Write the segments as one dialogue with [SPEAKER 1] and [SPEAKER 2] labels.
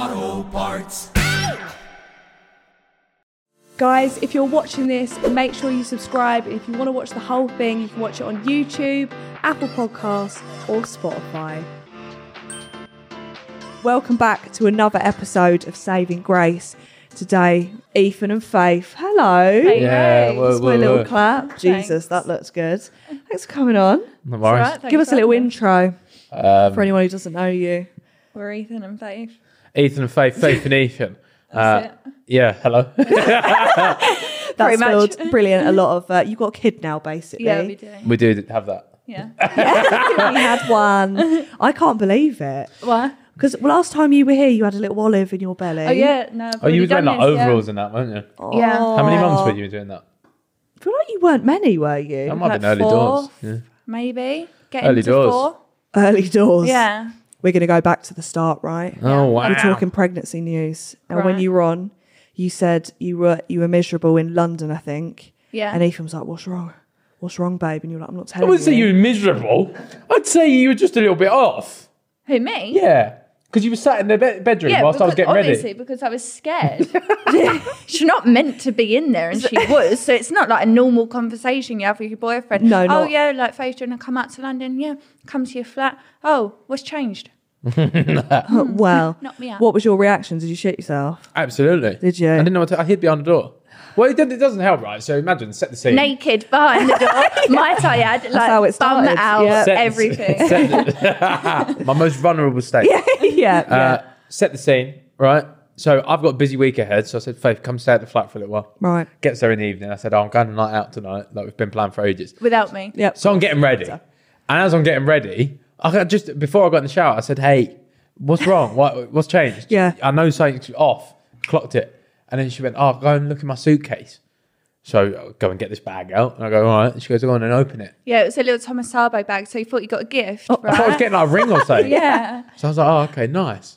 [SPEAKER 1] O'Reilly. Auto Parts.
[SPEAKER 2] Guys, if you're watching this, make sure you subscribe. If you want to watch the whole thing, you can watch it on YouTube, Apple Podcasts, or Spotify. Welcome back to another episode of Saving Grace. Today, Ethan and Faith. Hello.
[SPEAKER 3] Hey. Yeah,
[SPEAKER 4] Hey.
[SPEAKER 3] well- uh,
[SPEAKER 2] That's my little clap. Jesus, that looks good. Thanks for coming on.
[SPEAKER 3] No
[SPEAKER 4] All
[SPEAKER 3] worries.
[SPEAKER 4] right, thanks
[SPEAKER 2] Give us a
[SPEAKER 4] for
[SPEAKER 2] little
[SPEAKER 4] having us.
[SPEAKER 2] intro
[SPEAKER 3] Um,
[SPEAKER 2] for anyone who doesn't know you.
[SPEAKER 4] We're Ethan and Faith.
[SPEAKER 3] Ethan and Faith, Faith and Ethan. Uh,
[SPEAKER 4] That's it.
[SPEAKER 3] Yeah, hello.
[SPEAKER 2] That's
[SPEAKER 4] Pretty much.
[SPEAKER 2] filled brilliant. A lot of uh, you've got a kid now, basically.
[SPEAKER 4] Yeah, we do.
[SPEAKER 3] we do have that.
[SPEAKER 4] Yeah.
[SPEAKER 2] We had one. I can't believe it.
[SPEAKER 4] Why?
[SPEAKER 2] Because last time you were here, you had a little olive in your belly.
[SPEAKER 4] Oh yeah. No. I've
[SPEAKER 3] Oh, you
[SPEAKER 4] already
[SPEAKER 3] were doing
[SPEAKER 4] done
[SPEAKER 3] like
[SPEAKER 4] this, yeah.
[SPEAKER 3] overalls and that, weren't you?
[SPEAKER 2] Oh.
[SPEAKER 4] Yeah.
[SPEAKER 3] How many months were you doing that?
[SPEAKER 2] I feel like you weren't many, were you?
[SPEAKER 3] That might
[SPEAKER 4] like
[SPEAKER 3] be early doors.
[SPEAKER 4] fourth.
[SPEAKER 3] Yeah.
[SPEAKER 4] Maybe. Get
[SPEAKER 3] Early
[SPEAKER 4] into
[SPEAKER 3] doors.
[SPEAKER 4] Four.
[SPEAKER 2] Early doors.
[SPEAKER 4] Yeah.
[SPEAKER 2] We're going to go back to the start, right?
[SPEAKER 3] Oh wow!
[SPEAKER 2] I'm talking pregnancy news. And when
[SPEAKER 4] Right.
[SPEAKER 2] you were on, you said you were you were miserable in London, I think.
[SPEAKER 4] Yeah.
[SPEAKER 2] And Ethan was like, "What's wrong? What's wrong, babe?" And you're like, "I'm not
[SPEAKER 3] I
[SPEAKER 2] telling
[SPEAKER 3] wouldn't say
[SPEAKER 2] you."
[SPEAKER 3] you were miserable. I'd say you were just a little bit off.
[SPEAKER 4] Who me?
[SPEAKER 3] Yeah, because you were sat in the be- bedroom
[SPEAKER 4] Yeah,
[SPEAKER 3] whilst I was
[SPEAKER 4] because-
[SPEAKER 3] getting
[SPEAKER 4] obviously
[SPEAKER 3] ready.
[SPEAKER 4] because I was scared. She's not meant to be in there, and she was. So it's not like a normal conversation you have with your boyfriend.
[SPEAKER 2] No,
[SPEAKER 4] oh
[SPEAKER 2] not-
[SPEAKER 4] yeah, like Faith, do you want to come out to London? Yeah, come to your flat. Oh, what's changed?
[SPEAKER 2] well,
[SPEAKER 4] Knock me out.
[SPEAKER 2] what was your reaction? Did you shit yourself?
[SPEAKER 3] Absolutely.
[SPEAKER 2] Did you?
[SPEAKER 3] I didn't know what to, I hid behind the door. Well, it, did, it doesn't help, right? So imagine set the scene.
[SPEAKER 4] Naked behind the door, my tired, like
[SPEAKER 2] how it
[SPEAKER 4] bum
[SPEAKER 2] started.
[SPEAKER 4] out,
[SPEAKER 2] Yeah.
[SPEAKER 3] Set the-
[SPEAKER 4] everything.
[SPEAKER 3] set the- my most vulnerable state.
[SPEAKER 2] yeah. yeah.
[SPEAKER 3] Uh, set the scene, right? So I've got a busy week ahead. So I said, Faith, come stay at the flat for a little while.
[SPEAKER 2] Right.
[SPEAKER 3] Gets there in the evening. I said, oh, I'm going on a night out tonight. Like we've been planning for ages.
[SPEAKER 4] Without me.
[SPEAKER 2] Yep.
[SPEAKER 3] So I'm getting ready. And as I'm getting ready, I got- just before I got in the shower, I said, hey, what's wrong? what, what's changed?
[SPEAKER 2] Yeah.
[SPEAKER 3] I know something's off. Clocked it. And then she went, oh, go and look in my suitcase. So I go and get this bag out. And I go, all right. And she goes, go on and open it.
[SPEAKER 4] Yeah, it was a little Thomas Sabo bag, so you thought you got a gift,
[SPEAKER 2] Oh,
[SPEAKER 3] I thought I was
[SPEAKER 4] right?
[SPEAKER 3] getting like, a ring or something.
[SPEAKER 4] yeah,
[SPEAKER 3] So I was like, oh, okay, nice.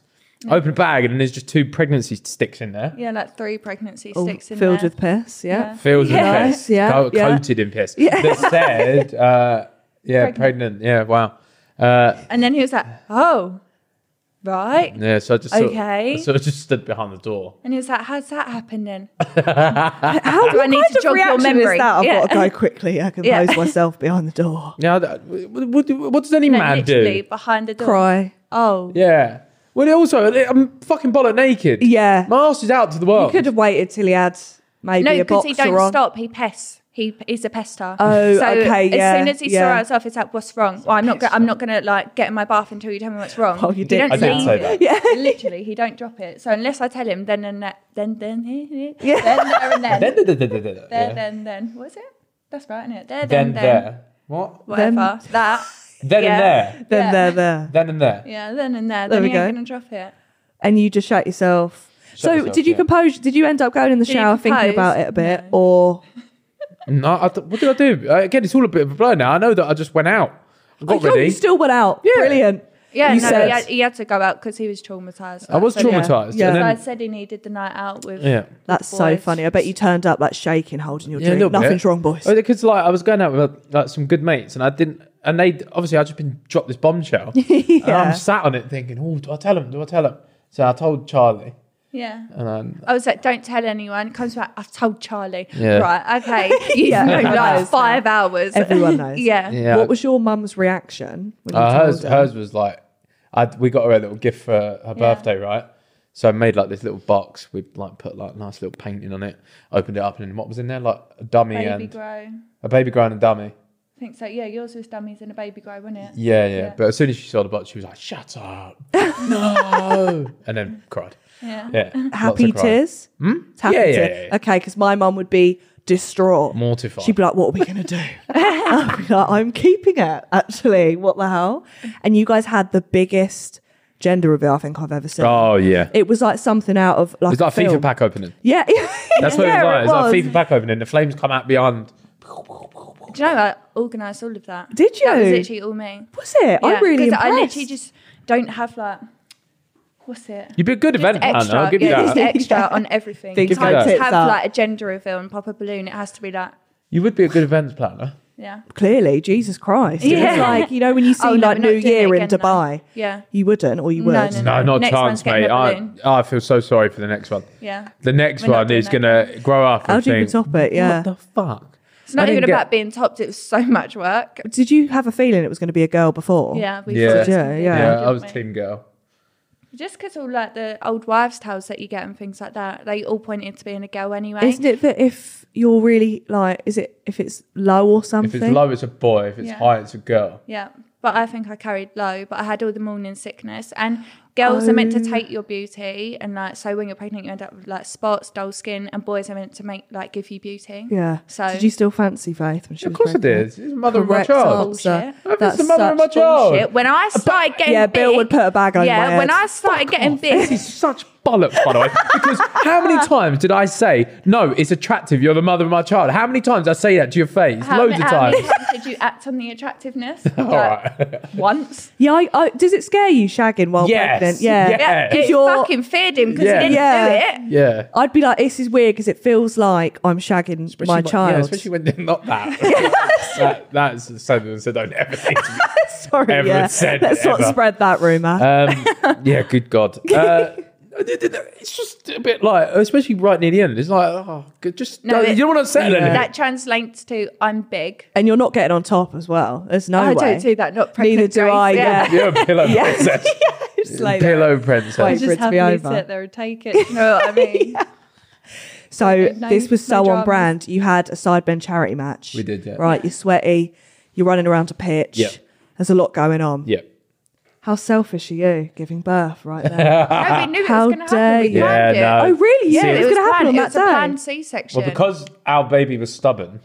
[SPEAKER 3] Open a bag, and there's just two pregnancy sticks in there,
[SPEAKER 4] yeah, like three pregnancy
[SPEAKER 2] All
[SPEAKER 4] sticks in
[SPEAKER 2] Oh, filled
[SPEAKER 4] there.
[SPEAKER 2] with piss. Yeah.
[SPEAKER 3] filled in
[SPEAKER 2] Nice,
[SPEAKER 3] piss,
[SPEAKER 2] yeah,
[SPEAKER 3] co-
[SPEAKER 2] yeah.
[SPEAKER 3] coated in piss. That said, uh, yeah, pregnant. Yeah, wow. Uh,
[SPEAKER 4] and then he was like, "Oh, right."
[SPEAKER 3] yeah, so I just sort
[SPEAKER 4] Okay.
[SPEAKER 3] of, so I just stood behind the door.
[SPEAKER 4] And he was like, "How's that happen then?"
[SPEAKER 2] How
[SPEAKER 4] Do I need to jog your memory?
[SPEAKER 2] Is that? I've
[SPEAKER 4] Yeah.
[SPEAKER 2] got to go quickly. I compose
[SPEAKER 4] Yeah.
[SPEAKER 2] myself behind the door.
[SPEAKER 3] Now, that- what, what, what does any
[SPEAKER 4] No,
[SPEAKER 3] man
[SPEAKER 4] literally
[SPEAKER 3] do?
[SPEAKER 4] behind the door.
[SPEAKER 2] Cry.
[SPEAKER 4] Oh,
[SPEAKER 3] Yeah. Well, also, I'm fucking bollock naked.
[SPEAKER 2] Yeah.
[SPEAKER 3] my ass is out to the world.
[SPEAKER 2] You could have waited till he had maybe
[SPEAKER 4] no,
[SPEAKER 2] a
[SPEAKER 4] because he
[SPEAKER 2] boxer
[SPEAKER 4] don't
[SPEAKER 2] on.
[SPEAKER 4] stop. He pests. He he's a pester.
[SPEAKER 2] Oh,
[SPEAKER 4] so
[SPEAKER 2] okay, yeah,
[SPEAKER 4] As soon as he
[SPEAKER 2] yeah.
[SPEAKER 4] saw us off, it's like, "What's wrong?" Well, I'm not. Go- I'm not gonna like get in my bath until you tell me what's wrong.
[SPEAKER 2] Well, Oh, you
[SPEAKER 4] He
[SPEAKER 2] did
[SPEAKER 4] don't
[SPEAKER 3] I did
[SPEAKER 4] leave
[SPEAKER 3] say
[SPEAKER 4] it.
[SPEAKER 3] that.
[SPEAKER 2] Yeah.
[SPEAKER 4] Literally, he don't drop it. So unless I tell him, then and that, then then then there and then
[SPEAKER 3] Then,
[SPEAKER 4] there,
[SPEAKER 3] then, then, then, yeah.
[SPEAKER 4] then then what's it? That's right, isn't it? There
[SPEAKER 3] then
[SPEAKER 4] then then
[SPEAKER 3] there. What?
[SPEAKER 4] whatever that.
[SPEAKER 3] Then
[SPEAKER 4] Yeah.
[SPEAKER 3] and there.
[SPEAKER 2] Then
[SPEAKER 4] Yeah.
[SPEAKER 2] they're there.
[SPEAKER 3] Then and there.
[SPEAKER 4] Yeah, then and there.
[SPEAKER 2] There
[SPEAKER 4] then
[SPEAKER 2] we
[SPEAKER 4] you ain't
[SPEAKER 2] go.
[SPEAKER 4] gonna drop it.
[SPEAKER 2] And you just shut yourself. so
[SPEAKER 3] yourself,
[SPEAKER 2] did you
[SPEAKER 3] yeah.
[SPEAKER 2] compose? Did you end up going in the
[SPEAKER 4] you
[SPEAKER 2] shower thinking
[SPEAKER 4] compose?
[SPEAKER 2] about it a bit,
[SPEAKER 4] No.
[SPEAKER 2] or
[SPEAKER 3] No, I th- what did I do? Uh, Again, it's all a bit of a blur now. I know that I just went out. I
[SPEAKER 2] Oh,
[SPEAKER 3] got
[SPEAKER 2] you-
[SPEAKER 3] ready.
[SPEAKER 2] you still went out? Brilliant.
[SPEAKER 4] Yeah,
[SPEAKER 2] You
[SPEAKER 4] no,
[SPEAKER 2] said-
[SPEAKER 4] he, had, he had to go out because he was traumatized.
[SPEAKER 3] I was
[SPEAKER 4] So, yeah.
[SPEAKER 3] traumatized.
[SPEAKER 2] Oh, Yeah.
[SPEAKER 3] And
[SPEAKER 4] So I
[SPEAKER 3] then,
[SPEAKER 4] said he needed the night out with.
[SPEAKER 3] yeah.
[SPEAKER 2] That's so
[SPEAKER 4] Boys.
[SPEAKER 2] funny. I bet you turned up like shaking, holding your
[SPEAKER 3] Yeah, a
[SPEAKER 2] drink.
[SPEAKER 3] little bit.
[SPEAKER 2] Nothing's wrong, boys.
[SPEAKER 3] Because like I was going out with uh, like some good mates, and I didn't, and they obviously I just been dropped this bombshell, and
[SPEAKER 2] Yeah.
[SPEAKER 3] I'm sat on it thinking, oh, do I tell him? Do I tell him? So I told Charlie,
[SPEAKER 4] Yeah.
[SPEAKER 3] and then,
[SPEAKER 4] I was like, don't tell anyone. Comes back, I've told Charlie.
[SPEAKER 3] Yeah.
[SPEAKER 4] Right, okay. You've
[SPEAKER 2] Yeah,
[SPEAKER 4] known
[SPEAKER 2] everyone
[SPEAKER 4] like
[SPEAKER 2] knows
[SPEAKER 4] five hours.
[SPEAKER 2] Everyone knows.
[SPEAKER 4] yeah.
[SPEAKER 3] yeah,
[SPEAKER 2] What was your mum's reaction when you
[SPEAKER 3] uh,
[SPEAKER 2] told
[SPEAKER 3] hers?
[SPEAKER 2] her?
[SPEAKER 3] Hers was like, I we got her a little gift for her birthday, right? So I made like this little box. We like put like nice little painting on it. Opened it up, and what was in there? Like a dummy
[SPEAKER 4] Baby
[SPEAKER 3] and
[SPEAKER 4] grow. I
[SPEAKER 3] a baby ground and a dummy.
[SPEAKER 4] think so. Yeah, yours was dummies and a baby grow, wasn't it?
[SPEAKER 3] Yeah, yeah,
[SPEAKER 4] Yeah.
[SPEAKER 3] But as soon as she saw the box, she was like, "Shut up, no!" and then cried.
[SPEAKER 4] Yeah.
[SPEAKER 3] Yeah, lots
[SPEAKER 2] Happy
[SPEAKER 3] of crying.
[SPEAKER 2] tears. Hmm? Happy
[SPEAKER 3] Yeah, yeah,
[SPEAKER 2] tears.
[SPEAKER 3] yeah, yeah.
[SPEAKER 2] Okay, because my mum would be distraught,
[SPEAKER 3] Mortified.
[SPEAKER 2] She'd be like, "What are we gonna do?" I'd be like, "I'm keeping it. Actually, what the hell?" And you guys had the biggest
[SPEAKER 5] gender reveal I think I've ever seen.
[SPEAKER 3] Oh yeah,
[SPEAKER 5] It was like something out of like
[SPEAKER 3] it's like
[SPEAKER 5] a
[SPEAKER 3] a FIFA
[SPEAKER 5] film.
[SPEAKER 3] pack opening.
[SPEAKER 5] Yeah,
[SPEAKER 3] That's what
[SPEAKER 5] yeah,
[SPEAKER 3] it was like. It's like a FIFA pack opening. The flames come out beyond.
[SPEAKER 4] Do you know I organised all of that?
[SPEAKER 5] Did
[SPEAKER 4] That was
[SPEAKER 5] you?
[SPEAKER 4] literally all me.
[SPEAKER 5] Was it? I'm
[SPEAKER 4] Yeah,
[SPEAKER 5] really
[SPEAKER 4] 'cause
[SPEAKER 5] impressed.
[SPEAKER 4] I literally just don't have like, what's it?
[SPEAKER 3] You'd be a good event planner.
[SPEAKER 4] extra,
[SPEAKER 3] I'll give you
[SPEAKER 4] yeah,
[SPEAKER 3] that.
[SPEAKER 4] just extra on everything.
[SPEAKER 5] Big
[SPEAKER 4] Give
[SPEAKER 3] Give you that.
[SPEAKER 4] Can't
[SPEAKER 3] tits
[SPEAKER 4] just have
[SPEAKER 5] up.
[SPEAKER 4] like a gender reveal and pop a balloon. It has to be like,
[SPEAKER 3] You would be a good event planner.
[SPEAKER 4] yeah.
[SPEAKER 5] clearly, Jesus Christ. It was
[SPEAKER 4] Yeah.
[SPEAKER 5] like, you know, when you see
[SPEAKER 4] Oh, no,
[SPEAKER 5] like
[SPEAKER 4] we're not
[SPEAKER 5] New
[SPEAKER 4] doing it
[SPEAKER 5] Year in
[SPEAKER 4] again, no.
[SPEAKER 5] Dubai,
[SPEAKER 4] Yeah.
[SPEAKER 5] you wouldn't or you
[SPEAKER 4] No,
[SPEAKER 5] would.
[SPEAKER 4] no,
[SPEAKER 3] No, not
[SPEAKER 4] Next
[SPEAKER 3] chance,
[SPEAKER 4] one's getting
[SPEAKER 3] mate.
[SPEAKER 4] a
[SPEAKER 3] I,
[SPEAKER 4] balloon.
[SPEAKER 3] I feel so sorry for the next one.
[SPEAKER 4] Yeah.
[SPEAKER 3] The next
[SPEAKER 4] We're not
[SPEAKER 3] one
[SPEAKER 4] doing
[SPEAKER 3] is
[SPEAKER 4] that.
[SPEAKER 3] going to grow up
[SPEAKER 5] How
[SPEAKER 3] and
[SPEAKER 5] do you
[SPEAKER 3] think,
[SPEAKER 5] top it? Yeah.
[SPEAKER 3] what the fuck?
[SPEAKER 4] It's not
[SPEAKER 3] I
[SPEAKER 4] even
[SPEAKER 3] didn't get-
[SPEAKER 4] about being topped. It was so much work.
[SPEAKER 5] Did you have a feeling it was going to be a girl before?
[SPEAKER 4] Yeah, we
[SPEAKER 3] Yeah.
[SPEAKER 4] thought it was
[SPEAKER 5] Yeah,
[SPEAKER 4] gonna be
[SPEAKER 5] yeah.
[SPEAKER 4] a
[SPEAKER 3] Yeah,
[SPEAKER 4] balloon,
[SPEAKER 3] I was
[SPEAKER 4] didn't we?
[SPEAKER 3] team girl.
[SPEAKER 4] Just because all like the old wives' tales that you get and things like that, they all pointed to being a girl anyway.
[SPEAKER 5] Isn't it that if you're really like, is it if it's low or something?
[SPEAKER 3] If it's low, it's a boy. If it's
[SPEAKER 4] Yeah.
[SPEAKER 3] high, it's a girl.
[SPEAKER 4] Yeah, but I think I carried low. But I had all the morning sickness, and girls are meant
[SPEAKER 5] Oh.
[SPEAKER 4] to take your beauty, and like so when you're pregnant, you end up with like spots, dull skin, and boys are meant to make like give you beauty.
[SPEAKER 5] Yeah.
[SPEAKER 4] So-
[SPEAKER 5] did you still fancy Faith when she
[SPEAKER 3] Of
[SPEAKER 5] was
[SPEAKER 3] course it
[SPEAKER 5] pregnant?
[SPEAKER 3] is. It's the mother of my
[SPEAKER 5] Correct
[SPEAKER 3] child.
[SPEAKER 5] answer.
[SPEAKER 4] Bullshit.
[SPEAKER 3] If it's
[SPEAKER 5] That's
[SPEAKER 3] the mother of my
[SPEAKER 5] such
[SPEAKER 3] child.
[SPEAKER 4] Shit, When I started getting
[SPEAKER 5] yeah,
[SPEAKER 4] big,
[SPEAKER 5] Bill would put a bag over
[SPEAKER 4] yeah,
[SPEAKER 5] my
[SPEAKER 4] when
[SPEAKER 5] head.
[SPEAKER 4] I started getting
[SPEAKER 3] Oh, This
[SPEAKER 4] big,
[SPEAKER 3] is such bollocks, by the way. Because how many times did I say, no, it's attractive, you're the mother of my child? How many times I say that to your face?
[SPEAKER 4] how
[SPEAKER 3] Loads
[SPEAKER 4] many-
[SPEAKER 3] of
[SPEAKER 4] how
[SPEAKER 3] times.
[SPEAKER 4] many times did you act on the attractiveness?
[SPEAKER 3] All right.
[SPEAKER 4] Once.
[SPEAKER 5] Yeah, I, I, does it scare you shagging while
[SPEAKER 3] Yes.
[SPEAKER 5] pregnant? Yeah.
[SPEAKER 3] Yeah.
[SPEAKER 4] Yeah,
[SPEAKER 3] If
[SPEAKER 4] it
[SPEAKER 5] you're-
[SPEAKER 4] fucking feared him because
[SPEAKER 3] Yeah.
[SPEAKER 4] he didn't
[SPEAKER 5] Yeah.
[SPEAKER 4] do it.
[SPEAKER 3] Yeah.
[SPEAKER 5] I'd be like, this is weird because it feels like I'm shagging
[SPEAKER 3] Especially
[SPEAKER 5] my
[SPEAKER 3] when- Yeah,
[SPEAKER 5] child.
[SPEAKER 3] especially when they're not that. that that's the sentence that don't ever think to be
[SPEAKER 5] Sorry,
[SPEAKER 3] ever
[SPEAKER 5] yeah.
[SPEAKER 3] said
[SPEAKER 5] Let's
[SPEAKER 3] ever.
[SPEAKER 5] not spread that rumor.
[SPEAKER 3] Um, yeah, good God. Uh, it's just a bit like, especially right near the end. It's like, oh, good, just
[SPEAKER 4] No,
[SPEAKER 3] don't-
[SPEAKER 4] it-
[SPEAKER 3] you don't want to settle anything.
[SPEAKER 4] That translates to I'm big.
[SPEAKER 5] and you're not getting on top as well. There's no way.
[SPEAKER 4] I don't do that. Not pregnant.
[SPEAKER 5] Neither do
[SPEAKER 4] Grace.
[SPEAKER 5] I. Yeah.
[SPEAKER 3] You're a pillow
[SPEAKER 5] Yeah.
[SPEAKER 3] princess.
[SPEAKER 5] It's like that.
[SPEAKER 3] Pillow princess.
[SPEAKER 5] Wait,
[SPEAKER 4] I
[SPEAKER 5] for it
[SPEAKER 4] just
[SPEAKER 5] to be
[SPEAKER 4] happily
[SPEAKER 5] over.
[SPEAKER 4] sit there and take it. You know what I mean?
[SPEAKER 5] So
[SPEAKER 4] No-
[SPEAKER 5] this was
[SPEAKER 4] no
[SPEAKER 5] so on
[SPEAKER 4] dramas.
[SPEAKER 5] brand. You had a side bend charity match.
[SPEAKER 3] We did, yeah.
[SPEAKER 5] Right, you're sweaty. You're running around a pitch.
[SPEAKER 3] Yeah.
[SPEAKER 5] There's a lot going on.
[SPEAKER 3] Yeah.
[SPEAKER 5] How selfish are you giving birth right there?
[SPEAKER 4] No, we knew it
[SPEAKER 5] How
[SPEAKER 4] was going to
[SPEAKER 5] dare
[SPEAKER 4] happen. We
[SPEAKER 5] you.
[SPEAKER 4] planned
[SPEAKER 3] Yeah,
[SPEAKER 4] it.
[SPEAKER 3] no.
[SPEAKER 5] oh, really? Yeah,
[SPEAKER 3] See,
[SPEAKER 5] it
[SPEAKER 3] it
[SPEAKER 5] was going to happen on
[SPEAKER 4] planned.
[SPEAKER 5] that
[SPEAKER 4] It was a
[SPEAKER 5] day.
[SPEAKER 4] planned C-section.
[SPEAKER 3] Well, because our baby was stubborn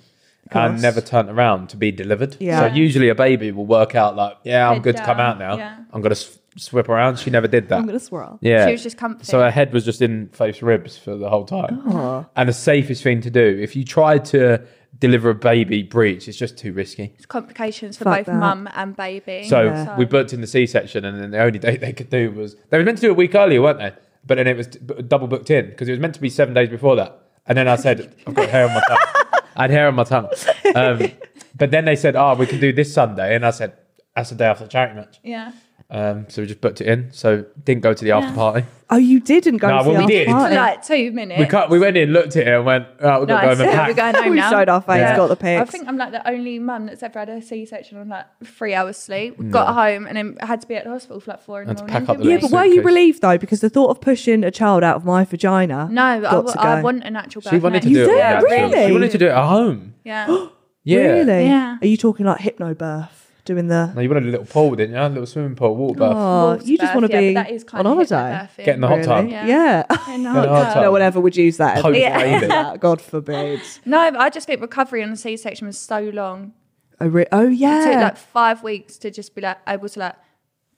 [SPEAKER 3] and
[SPEAKER 5] course.
[SPEAKER 3] never turned around to be delivered.
[SPEAKER 5] Yeah.
[SPEAKER 3] So usually a baby will work out like, yeah, I'm
[SPEAKER 4] Head
[SPEAKER 3] good to come
[SPEAKER 4] down,
[SPEAKER 3] out now.
[SPEAKER 4] yeah.
[SPEAKER 3] I'm going to s- swip around. She never did that.
[SPEAKER 5] I'm going to swirl.
[SPEAKER 3] Yeah.
[SPEAKER 4] She was just comfy.
[SPEAKER 3] So her head was just in Faith's ribs for the whole time.
[SPEAKER 4] Oh.
[SPEAKER 3] And the safest thing to do, if you try to deliver a baby breech, it's just too risky.
[SPEAKER 4] It's complications for
[SPEAKER 5] Fuck
[SPEAKER 4] both
[SPEAKER 5] that.
[SPEAKER 4] mum and baby.
[SPEAKER 3] So
[SPEAKER 5] Yeah.
[SPEAKER 3] we booked in the C section, and then the only date they could do was they were meant to do a week earlier, weren't they? But then it was b- double booked in because it was meant to be seven days before that. And then I said, I've got hair on my tongue. I had hair on my tongue. Um, but then they said, oh, we can do this Sunday. And I said, that's the day after the charity match.
[SPEAKER 4] yeah.
[SPEAKER 3] Um, so we just booked it in. So didn't go to the after party.
[SPEAKER 5] Oh, you didn't go
[SPEAKER 3] No,
[SPEAKER 5] to
[SPEAKER 3] well, we
[SPEAKER 5] the
[SPEAKER 3] did.
[SPEAKER 5] after
[SPEAKER 4] For
[SPEAKER 5] party.
[SPEAKER 4] like two minutes.
[SPEAKER 3] We cut, we went in, looked at it, and went, right, we've got
[SPEAKER 4] Nice.
[SPEAKER 3] to go home and
[SPEAKER 4] We're
[SPEAKER 3] pack.
[SPEAKER 4] going home
[SPEAKER 5] We
[SPEAKER 4] now.
[SPEAKER 5] showed our face,
[SPEAKER 3] Yeah.
[SPEAKER 5] got the
[SPEAKER 4] I
[SPEAKER 5] pics.
[SPEAKER 4] think I'm like the only mum that's ever had a C-section on like three hours sleep. Got home and then had to be at the hospital for like four in the
[SPEAKER 3] Mm. Had to
[SPEAKER 4] morning.
[SPEAKER 3] pack up the
[SPEAKER 4] didn't
[SPEAKER 5] yeah,
[SPEAKER 4] we?
[SPEAKER 5] but were you
[SPEAKER 3] suitcase.
[SPEAKER 5] relieved though? Because the thought of pushing a child out of my vagina.
[SPEAKER 4] No, I,
[SPEAKER 5] got
[SPEAKER 4] w-
[SPEAKER 5] to go.
[SPEAKER 4] I want an actual birth.
[SPEAKER 3] She wanted to
[SPEAKER 4] name.
[SPEAKER 3] do it.
[SPEAKER 5] did?
[SPEAKER 3] on the actual-
[SPEAKER 5] Really? Oh,
[SPEAKER 3] She wanted to do it at home.
[SPEAKER 4] Yeah.
[SPEAKER 3] Yeah.
[SPEAKER 5] Really?
[SPEAKER 4] Yeah.
[SPEAKER 5] Are you talking like hypnobirth? Doing the
[SPEAKER 3] No, you wanted a little pool, didn't you? A little swimming pool, water bath.
[SPEAKER 5] oh,
[SPEAKER 4] Water
[SPEAKER 5] you just
[SPEAKER 4] birth,
[SPEAKER 5] want to
[SPEAKER 4] yeah,
[SPEAKER 5] be
[SPEAKER 4] but that is
[SPEAKER 5] on
[SPEAKER 4] kind of
[SPEAKER 5] holiday.
[SPEAKER 4] hypnobirthing.
[SPEAKER 3] Getting the hot tub.
[SPEAKER 5] Really? Yeah.
[SPEAKER 4] And
[SPEAKER 3] Get a hot
[SPEAKER 4] hot tub.
[SPEAKER 3] tub.
[SPEAKER 5] no one ever would use that.
[SPEAKER 3] Poke
[SPEAKER 4] Yeah.
[SPEAKER 3] baby.
[SPEAKER 5] Ah, God forbid.
[SPEAKER 4] No, but I just think recovery on the C-section was so long.
[SPEAKER 5] Oh, re- oh
[SPEAKER 4] It took
[SPEAKER 5] yeah.
[SPEAKER 4] like five weeks to just be like able to like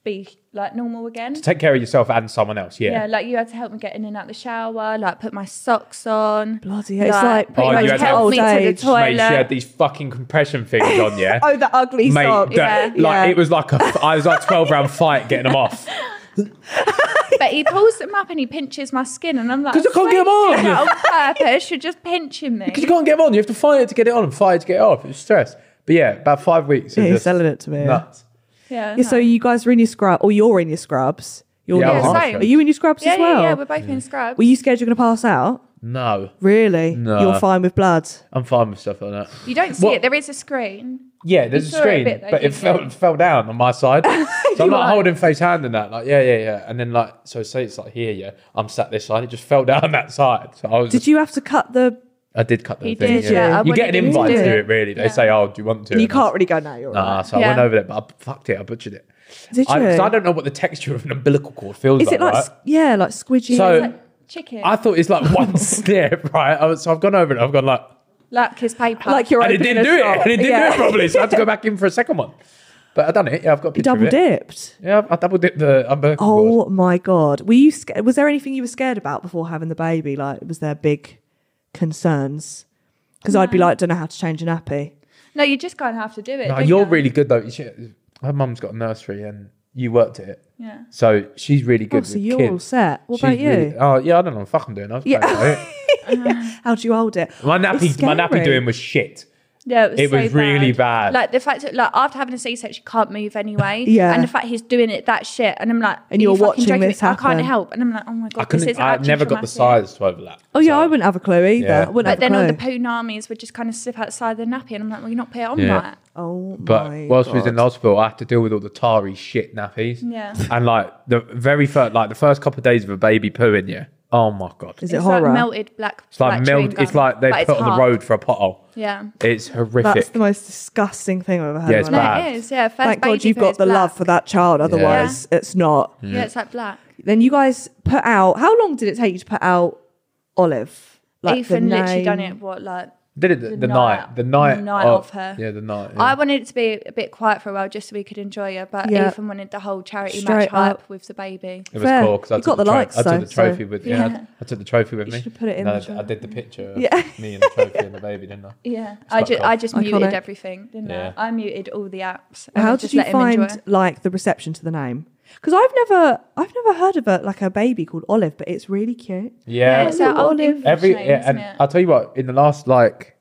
[SPEAKER 4] be like normal again.
[SPEAKER 3] Take care of yourself and someone else. Yeah.
[SPEAKER 4] Yeah, like you had to help me get in and out the shower, like put my socks on.
[SPEAKER 5] Bloody hell, it's like
[SPEAKER 3] Oh,
[SPEAKER 4] pretty
[SPEAKER 3] you
[SPEAKER 4] much
[SPEAKER 3] had to
[SPEAKER 4] help
[SPEAKER 3] help
[SPEAKER 4] me to the
[SPEAKER 5] old age.
[SPEAKER 4] toilet.
[SPEAKER 3] Mate, she had these fucking compression things on, yeah.
[SPEAKER 5] Oh, the ugly
[SPEAKER 3] Mate,
[SPEAKER 5] sock.
[SPEAKER 3] the- like
[SPEAKER 5] Yeah.
[SPEAKER 3] it was like a, I was like twelve round fight getting them off.
[SPEAKER 4] But he pulls them up and he pinches my skin, and I'm like,
[SPEAKER 3] 'Cause you can't get 'em
[SPEAKER 4] "Sweet,
[SPEAKER 3] on."
[SPEAKER 4] you're not on purpose, you're just pinching me.
[SPEAKER 3] Because you can't get them on, you have to fight it to get it on and fight it to get it off. It's stress. But yeah, about five weeks. of
[SPEAKER 5] Yeah, he's
[SPEAKER 3] just
[SPEAKER 5] selling it to me.
[SPEAKER 3] Nuts.
[SPEAKER 4] Yeah,
[SPEAKER 5] Yeah, so you guys were in your scrub, or you're in your scrubs. You're
[SPEAKER 3] Yeah, I
[SPEAKER 4] was in
[SPEAKER 5] not.
[SPEAKER 4] my Same.
[SPEAKER 5] Are
[SPEAKER 4] scrubs.
[SPEAKER 5] you in your scrubs
[SPEAKER 4] yeah,
[SPEAKER 5] as well?
[SPEAKER 4] yeah, yeah, we're both in scrubs.
[SPEAKER 5] were you scared you're going to pass out?
[SPEAKER 3] No,
[SPEAKER 5] Really?
[SPEAKER 3] No.
[SPEAKER 5] You're fine with blood.
[SPEAKER 3] I'm fine with stuff like that.
[SPEAKER 4] you don't see
[SPEAKER 3] What-
[SPEAKER 4] it. There is a screen.
[SPEAKER 3] Yeah, there's a
[SPEAKER 4] You saw it a
[SPEAKER 3] screen,
[SPEAKER 4] bit though,
[SPEAKER 3] but it
[SPEAKER 4] didn't
[SPEAKER 3] fell,
[SPEAKER 4] you?
[SPEAKER 3] fell down on my side. so I'm like holding face hand and that, like yeah, yeah, yeah. And then like, so say it's like here, yeah. I'm sat this side. It just fell down that side. So I was,
[SPEAKER 5] Did you have to cut the?
[SPEAKER 3] I did cut the
[SPEAKER 4] He
[SPEAKER 3] thing.
[SPEAKER 4] did, yeah. I
[SPEAKER 3] you get an
[SPEAKER 4] wanted him to
[SPEAKER 3] invite
[SPEAKER 4] do
[SPEAKER 3] to do
[SPEAKER 4] it.
[SPEAKER 3] it. Really, they say, oh, do you want to?
[SPEAKER 5] You
[SPEAKER 3] And I
[SPEAKER 5] can't really go now. You're
[SPEAKER 3] Nah,
[SPEAKER 5] right.
[SPEAKER 3] so I
[SPEAKER 4] Yeah.
[SPEAKER 3] went over there, but I fucked it. I butchered it.
[SPEAKER 5] Did you?
[SPEAKER 3] I, 'cause I don't know what the texture of an umbilical cord feels
[SPEAKER 5] Is
[SPEAKER 3] like.
[SPEAKER 5] it like
[SPEAKER 3] right?
[SPEAKER 5] s- yeah, like squidgy?
[SPEAKER 3] So-
[SPEAKER 5] It's like-
[SPEAKER 4] Like chicken,
[SPEAKER 3] I thought it's like one snip, right? I was, so I've gone over it. I've gone like,
[SPEAKER 4] like his paper.
[SPEAKER 5] like you're
[SPEAKER 3] and it
[SPEAKER 5] opening
[SPEAKER 3] didn't
[SPEAKER 5] a
[SPEAKER 3] do it,
[SPEAKER 5] shop.
[SPEAKER 3] and it didn't
[SPEAKER 5] Yeah.
[SPEAKER 3] do it properly. So I had to go back in for a second one. But I've done it. Yeah, I've got a picture
[SPEAKER 5] double
[SPEAKER 3] of it.
[SPEAKER 5] dipped.
[SPEAKER 3] Yeah, I've- I double dipped the umbilical cord.
[SPEAKER 5] Oh my god! Were you scared? Was there anything you were scared about before having the baby? Like, was there big concerns? Because I'd be like, don't know how to change a nappy.
[SPEAKER 4] No, you just kind of have to do it.
[SPEAKER 3] No,
[SPEAKER 4] don't
[SPEAKER 3] you're
[SPEAKER 4] you?
[SPEAKER 3] really good though. She, her mum's got a nursery and you worked at it.
[SPEAKER 4] Yeah.
[SPEAKER 3] So she's really good.
[SPEAKER 5] oh, so
[SPEAKER 3] with
[SPEAKER 5] you're
[SPEAKER 3] kids.
[SPEAKER 5] all set. What
[SPEAKER 3] She's
[SPEAKER 5] about you?
[SPEAKER 3] really- oh yeah, I don't know what the fuck I'm doing. I was
[SPEAKER 5] Yeah.
[SPEAKER 3] yeah.
[SPEAKER 5] How do you hold it?
[SPEAKER 3] my
[SPEAKER 5] It's
[SPEAKER 3] nappy, my nappy
[SPEAKER 5] scary.
[SPEAKER 3] doing was shit.
[SPEAKER 4] Yeah, it was,
[SPEAKER 3] It
[SPEAKER 4] so
[SPEAKER 3] was really bad.
[SPEAKER 4] Like the fact that like after having a C-section, you can't move anyway.
[SPEAKER 5] Yeah.
[SPEAKER 4] and the fact he's doing it that shit, and I'm like,
[SPEAKER 5] And
[SPEAKER 4] "Are
[SPEAKER 5] you're
[SPEAKER 4] you fucking
[SPEAKER 5] watching
[SPEAKER 4] joking me?
[SPEAKER 5] this
[SPEAKER 4] I
[SPEAKER 5] happen.
[SPEAKER 4] can't help, and I'm like, oh my
[SPEAKER 3] I
[SPEAKER 4] god, this
[SPEAKER 3] couldn't.
[SPEAKER 4] is
[SPEAKER 3] I
[SPEAKER 4] actually
[SPEAKER 3] never got the
[SPEAKER 4] traumatic.
[SPEAKER 3] size to overlap.
[SPEAKER 5] Oh yeah,
[SPEAKER 3] So-
[SPEAKER 5] I wouldn't have a clue either.
[SPEAKER 3] Yeah.
[SPEAKER 5] I wouldn't
[SPEAKER 4] But
[SPEAKER 5] have
[SPEAKER 4] then
[SPEAKER 5] a
[SPEAKER 4] all the
[SPEAKER 5] clue.
[SPEAKER 4] punamis would just kind of slip outside the nappy, and I'm like, well, you're not put it on
[SPEAKER 3] Yeah.
[SPEAKER 4] right.
[SPEAKER 5] oh
[SPEAKER 3] But
[SPEAKER 5] my
[SPEAKER 3] whilst
[SPEAKER 5] god.
[SPEAKER 3] we was in the hospital, I had to deal with all the tarry shit nappies.
[SPEAKER 4] Yeah.
[SPEAKER 3] And like the very first, like the first couple of days of a baby pooing you. Oh my god.
[SPEAKER 5] Is
[SPEAKER 3] It's
[SPEAKER 5] it
[SPEAKER 4] It's
[SPEAKER 5] horror?
[SPEAKER 4] like melted black.
[SPEAKER 3] like
[SPEAKER 4] black chewing
[SPEAKER 3] meld. It's
[SPEAKER 4] gum,
[SPEAKER 3] like they
[SPEAKER 4] but it's
[SPEAKER 3] put on the
[SPEAKER 4] hard.
[SPEAKER 3] road for a pothole.
[SPEAKER 4] Yeah.
[SPEAKER 3] It's horrific.
[SPEAKER 5] That's the most disgusting thing I've ever heard.
[SPEAKER 3] Yeah,
[SPEAKER 5] in
[SPEAKER 3] it's
[SPEAKER 5] my
[SPEAKER 4] No,
[SPEAKER 5] life.
[SPEAKER 3] bad.
[SPEAKER 4] it is. Yeah. First
[SPEAKER 5] Thank
[SPEAKER 4] baby
[SPEAKER 5] God you've
[SPEAKER 4] poo
[SPEAKER 5] got
[SPEAKER 4] is
[SPEAKER 5] the
[SPEAKER 4] black.
[SPEAKER 5] love for that child. Otherwise, it's not.
[SPEAKER 4] Yeah. it's like black.
[SPEAKER 5] Then you guys put out. How long did it take you to put out Olive?
[SPEAKER 4] Ethan
[SPEAKER 5] the
[SPEAKER 4] literally done
[SPEAKER 5] name?
[SPEAKER 4] it. What like.
[SPEAKER 3] Did it the, the, night, The night,
[SPEAKER 4] of her.
[SPEAKER 3] Yeah, the night. yeah.
[SPEAKER 4] I wanted it to be a bit quiet for a while just so we could enjoy her, but
[SPEAKER 5] Yeah.
[SPEAKER 4] Ethan wanted the whole charity
[SPEAKER 5] Straight
[SPEAKER 4] match hype
[SPEAKER 5] up.
[SPEAKER 4] with the baby.
[SPEAKER 3] it was
[SPEAKER 5] Fair.
[SPEAKER 3] cool because I
[SPEAKER 5] You
[SPEAKER 3] took
[SPEAKER 5] got the
[SPEAKER 3] the, tro-
[SPEAKER 5] likes,
[SPEAKER 3] I took
[SPEAKER 5] though,
[SPEAKER 3] the trophy
[SPEAKER 5] so-
[SPEAKER 3] with. Yeah,
[SPEAKER 4] Yeah.
[SPEAKER 3] I took the trophy with me.
[SPEAKER 5] should've put it in
[SPEAKER 3] And I-
[SPEAKER 5] the
[SPEAKER 3] I, did the picture. Of
[SPEAKER 5] Yeah.
[SPEAKER 3] me and the trophy and the baby, didn't I?
[SPEAKER 4] Yeah, I
[SPEAKER 3] quite
[SPEAKER 4] just
[SPEAKER 3] cool.
[SPEAKER 4] I just
[SPEAKER 5] Iconic.
[SPEAKER 4] muted everything, didn't
[SPEAKER 3] Yeah.
[SPEAKER 4] I? I muted all the apps. and
[SPEAKER 5] How
[SPEAKER 4] I
[SPEAKER 5] did
[SPEAKER 4] just
[SPEAKER 5] you
[SPEAKER 4] let him enjoy
[SPEAKER 5] find like the reception to the name? Because I've never, I've never heard of a like a baby called Olive, but it's really cute.
[SPEAKER 3] Yeah.
[SPEAKER 4] Yeah, it's our old
[SPEAKER 5] Olive.
[SPEAKER 4] English
[SPEAKER 3] Every
[SPEAKER 4] name,
[SPEAKER 3] yeah,
[SPEAKER 4] isn't
[SPEAKER 3] and
[SPEAKER 4] it?
[SPEAKER 3] I'll tell you what. In the last like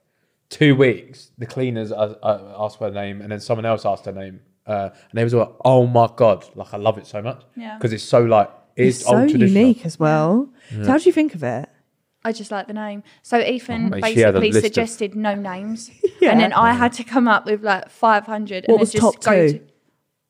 [SPEAKER 3] two weeks, the cleaners uh, uh, asked for her name, and then someone else asked her name, uh, and they was all like, "Oh my god, like I love it so much."
[SPEAKER 4] Yeah.
[SPEAKER 3] Because it's so like it's,
[SPEAKER 5] It's so
[SPEAKER 3] old traditional.
[SPEAKER 5] unique as well. So how do you think of it?
[SPEAKER 4] I just like the name. So Ethan
[SPEAKER 3] Oh, mate, she had a
[SPEAKER 4] basically
[SPEAKER 3] list of-
[SPEAKER 4] suggested no names,
[SPEAKER 5] Yeah.
[SPEAKER 4] and then I had to come up with like five hundred.
[SPEAKER 5] What
[SPEAKER 4] and then
[SPEAKER 5] was
[SPEAKER 4] just
[SPEAKER 5] top
[SPEAKER 4] go
[SPEAKER 5] two?
[SPEAKER 4] To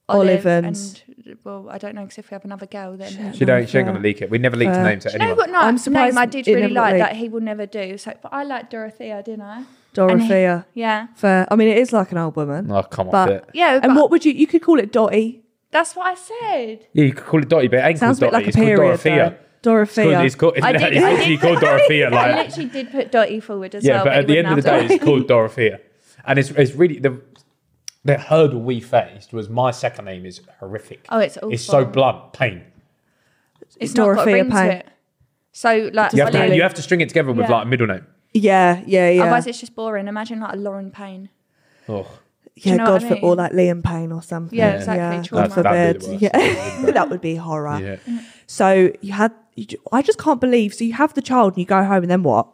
[SPEAKER 4] Olive
[SPEAKER 5] Olive and-
[SPEAKER 4] and well, I don't know because if we have another girl, then
[SPEAKER 3] She don't. She ain't gonna leak it. We never leaked
[SPEAKER 5] Fair.
[SPEAKER 3] the name to
[SPEAKER 4] Do you
[SPEAKER 3] anyone.
[SPEAKER 4] know what no,
[SPEAKER 5] I'm
[SPEAKER 4] I'm
[SPEAKER 5] surprised
[SPEAKER 4] name I did
[SPEAKER 5] it
[SPEAKER 4] really
[SPEAKER 5] never got
[SPEAKER 4] like
[SPEAKER 5] leaked.
[SPEAKER 4] that he will never do. So, but I like Dorothea, didn't I? And he-
[SPEAKER 5] Dorothea.
[SPEAKER 4] yeah,
[SPEAKER 5] Fair. I mean, it is like an old woman.
[SPEAKER 3] Oh, come on,
[SPEAKER 5] But-
[SPEAKER 3] bit.
[SPEAKER 4] yeah.
[SPEAKER 5] and
[SPEAKER 4] but
[SPEAKER 5] what would you? You could call it Dotty.
[SPEAKER 4] That's what I said.
[SPEAKER 3] Yeah, you could call it Dotty, but it ain't
[SPEAKER 5] Sounds a bit
[SPEAKER 3] called
[SPEAKER 5] like
[SPEAKER 3] Dotty.
[SPEAKER 5] a
[SPEAKER 3] it's called
[SPEAKER 5] period.
[SPEAKER 3] Dorothea.
[SPEAKER 5] though. Dorothea.
[SPEAKER 3] It's called, it's,
[SPEAKER 4] I
[SPEAKER 3] called,
[SPEAKER 4] did-
[SPEAKER 3] it's
[SPEAKER 4] I did-
[SPEAKER 3] literally called Dorothea.
[SPEAKER 4] I
[SPEAKER 3] Like,
[SPEAKER 4] literally did put Dottie forward as
[SPEAKER 3] yeah,
[SPEAKER 4] well.
[SPEAKER 3] but at
[SPEAKER 4] he
[SPEAKER 3] the end of the
[SPEAKER 4] wouldn't
[SPEAKER 3] day,
[SPEAKER 4] have
[SPEAKER 3] it's
[SPEAKER 4] done
[SPEAKER 3] called Dorothea, and it's it's really the the hurdle we faced was my second name is horrific.
[SPEAKER 4] Oh, it's
[SPEAKER 3] It's so
[SPEAKER 4] awful.
[SPEAKER 3] blunt, pain.
[SPEAKER 4] it. It's not got a
[SPEAKER 5] Dorothea
[SPEAKER 4] ring
[SPEAKER 5] Payne.
[SPEAKER 4] to it. So like,
[SPEAKER 3] You have, to,
[SPEAKER 4] Olive-
[SPEAKER 3] you have to string it together with
[SPEAKER 4] Yeah.
[SPEAKER 3] like a middle name.
[SPEAKER 5] yeah, yeah, yeah.
[SPEAKER 4] otherwise Oh, it's just boring. Imagine like a Lauren Payne.
[SPEAKER 3] Oh,
[SPEAKER 5] yeah,
[SPEAKER 4] you know
[SPEAKER 5] God
[SPEAKER 4] what I
[SPEAKER 5] for or
[SPEAKER 4] mean?
[SPEAKER 5] like Liam Payne or something.
[SPEAKER 4] Yeah, exactly, trauma.
[SPEAKER 5] God
[SPEAKER 3] That'd be
[SPEAKER 5] forbid.
[SPEAKER 3] the worst.
[SPEAKER 5] Yeah, that would be horror.
[SPEAKER 3] yeah.
[SPEAKER 5] So you had, you, ju- I just can't believe. So you have the child and you go home and then what?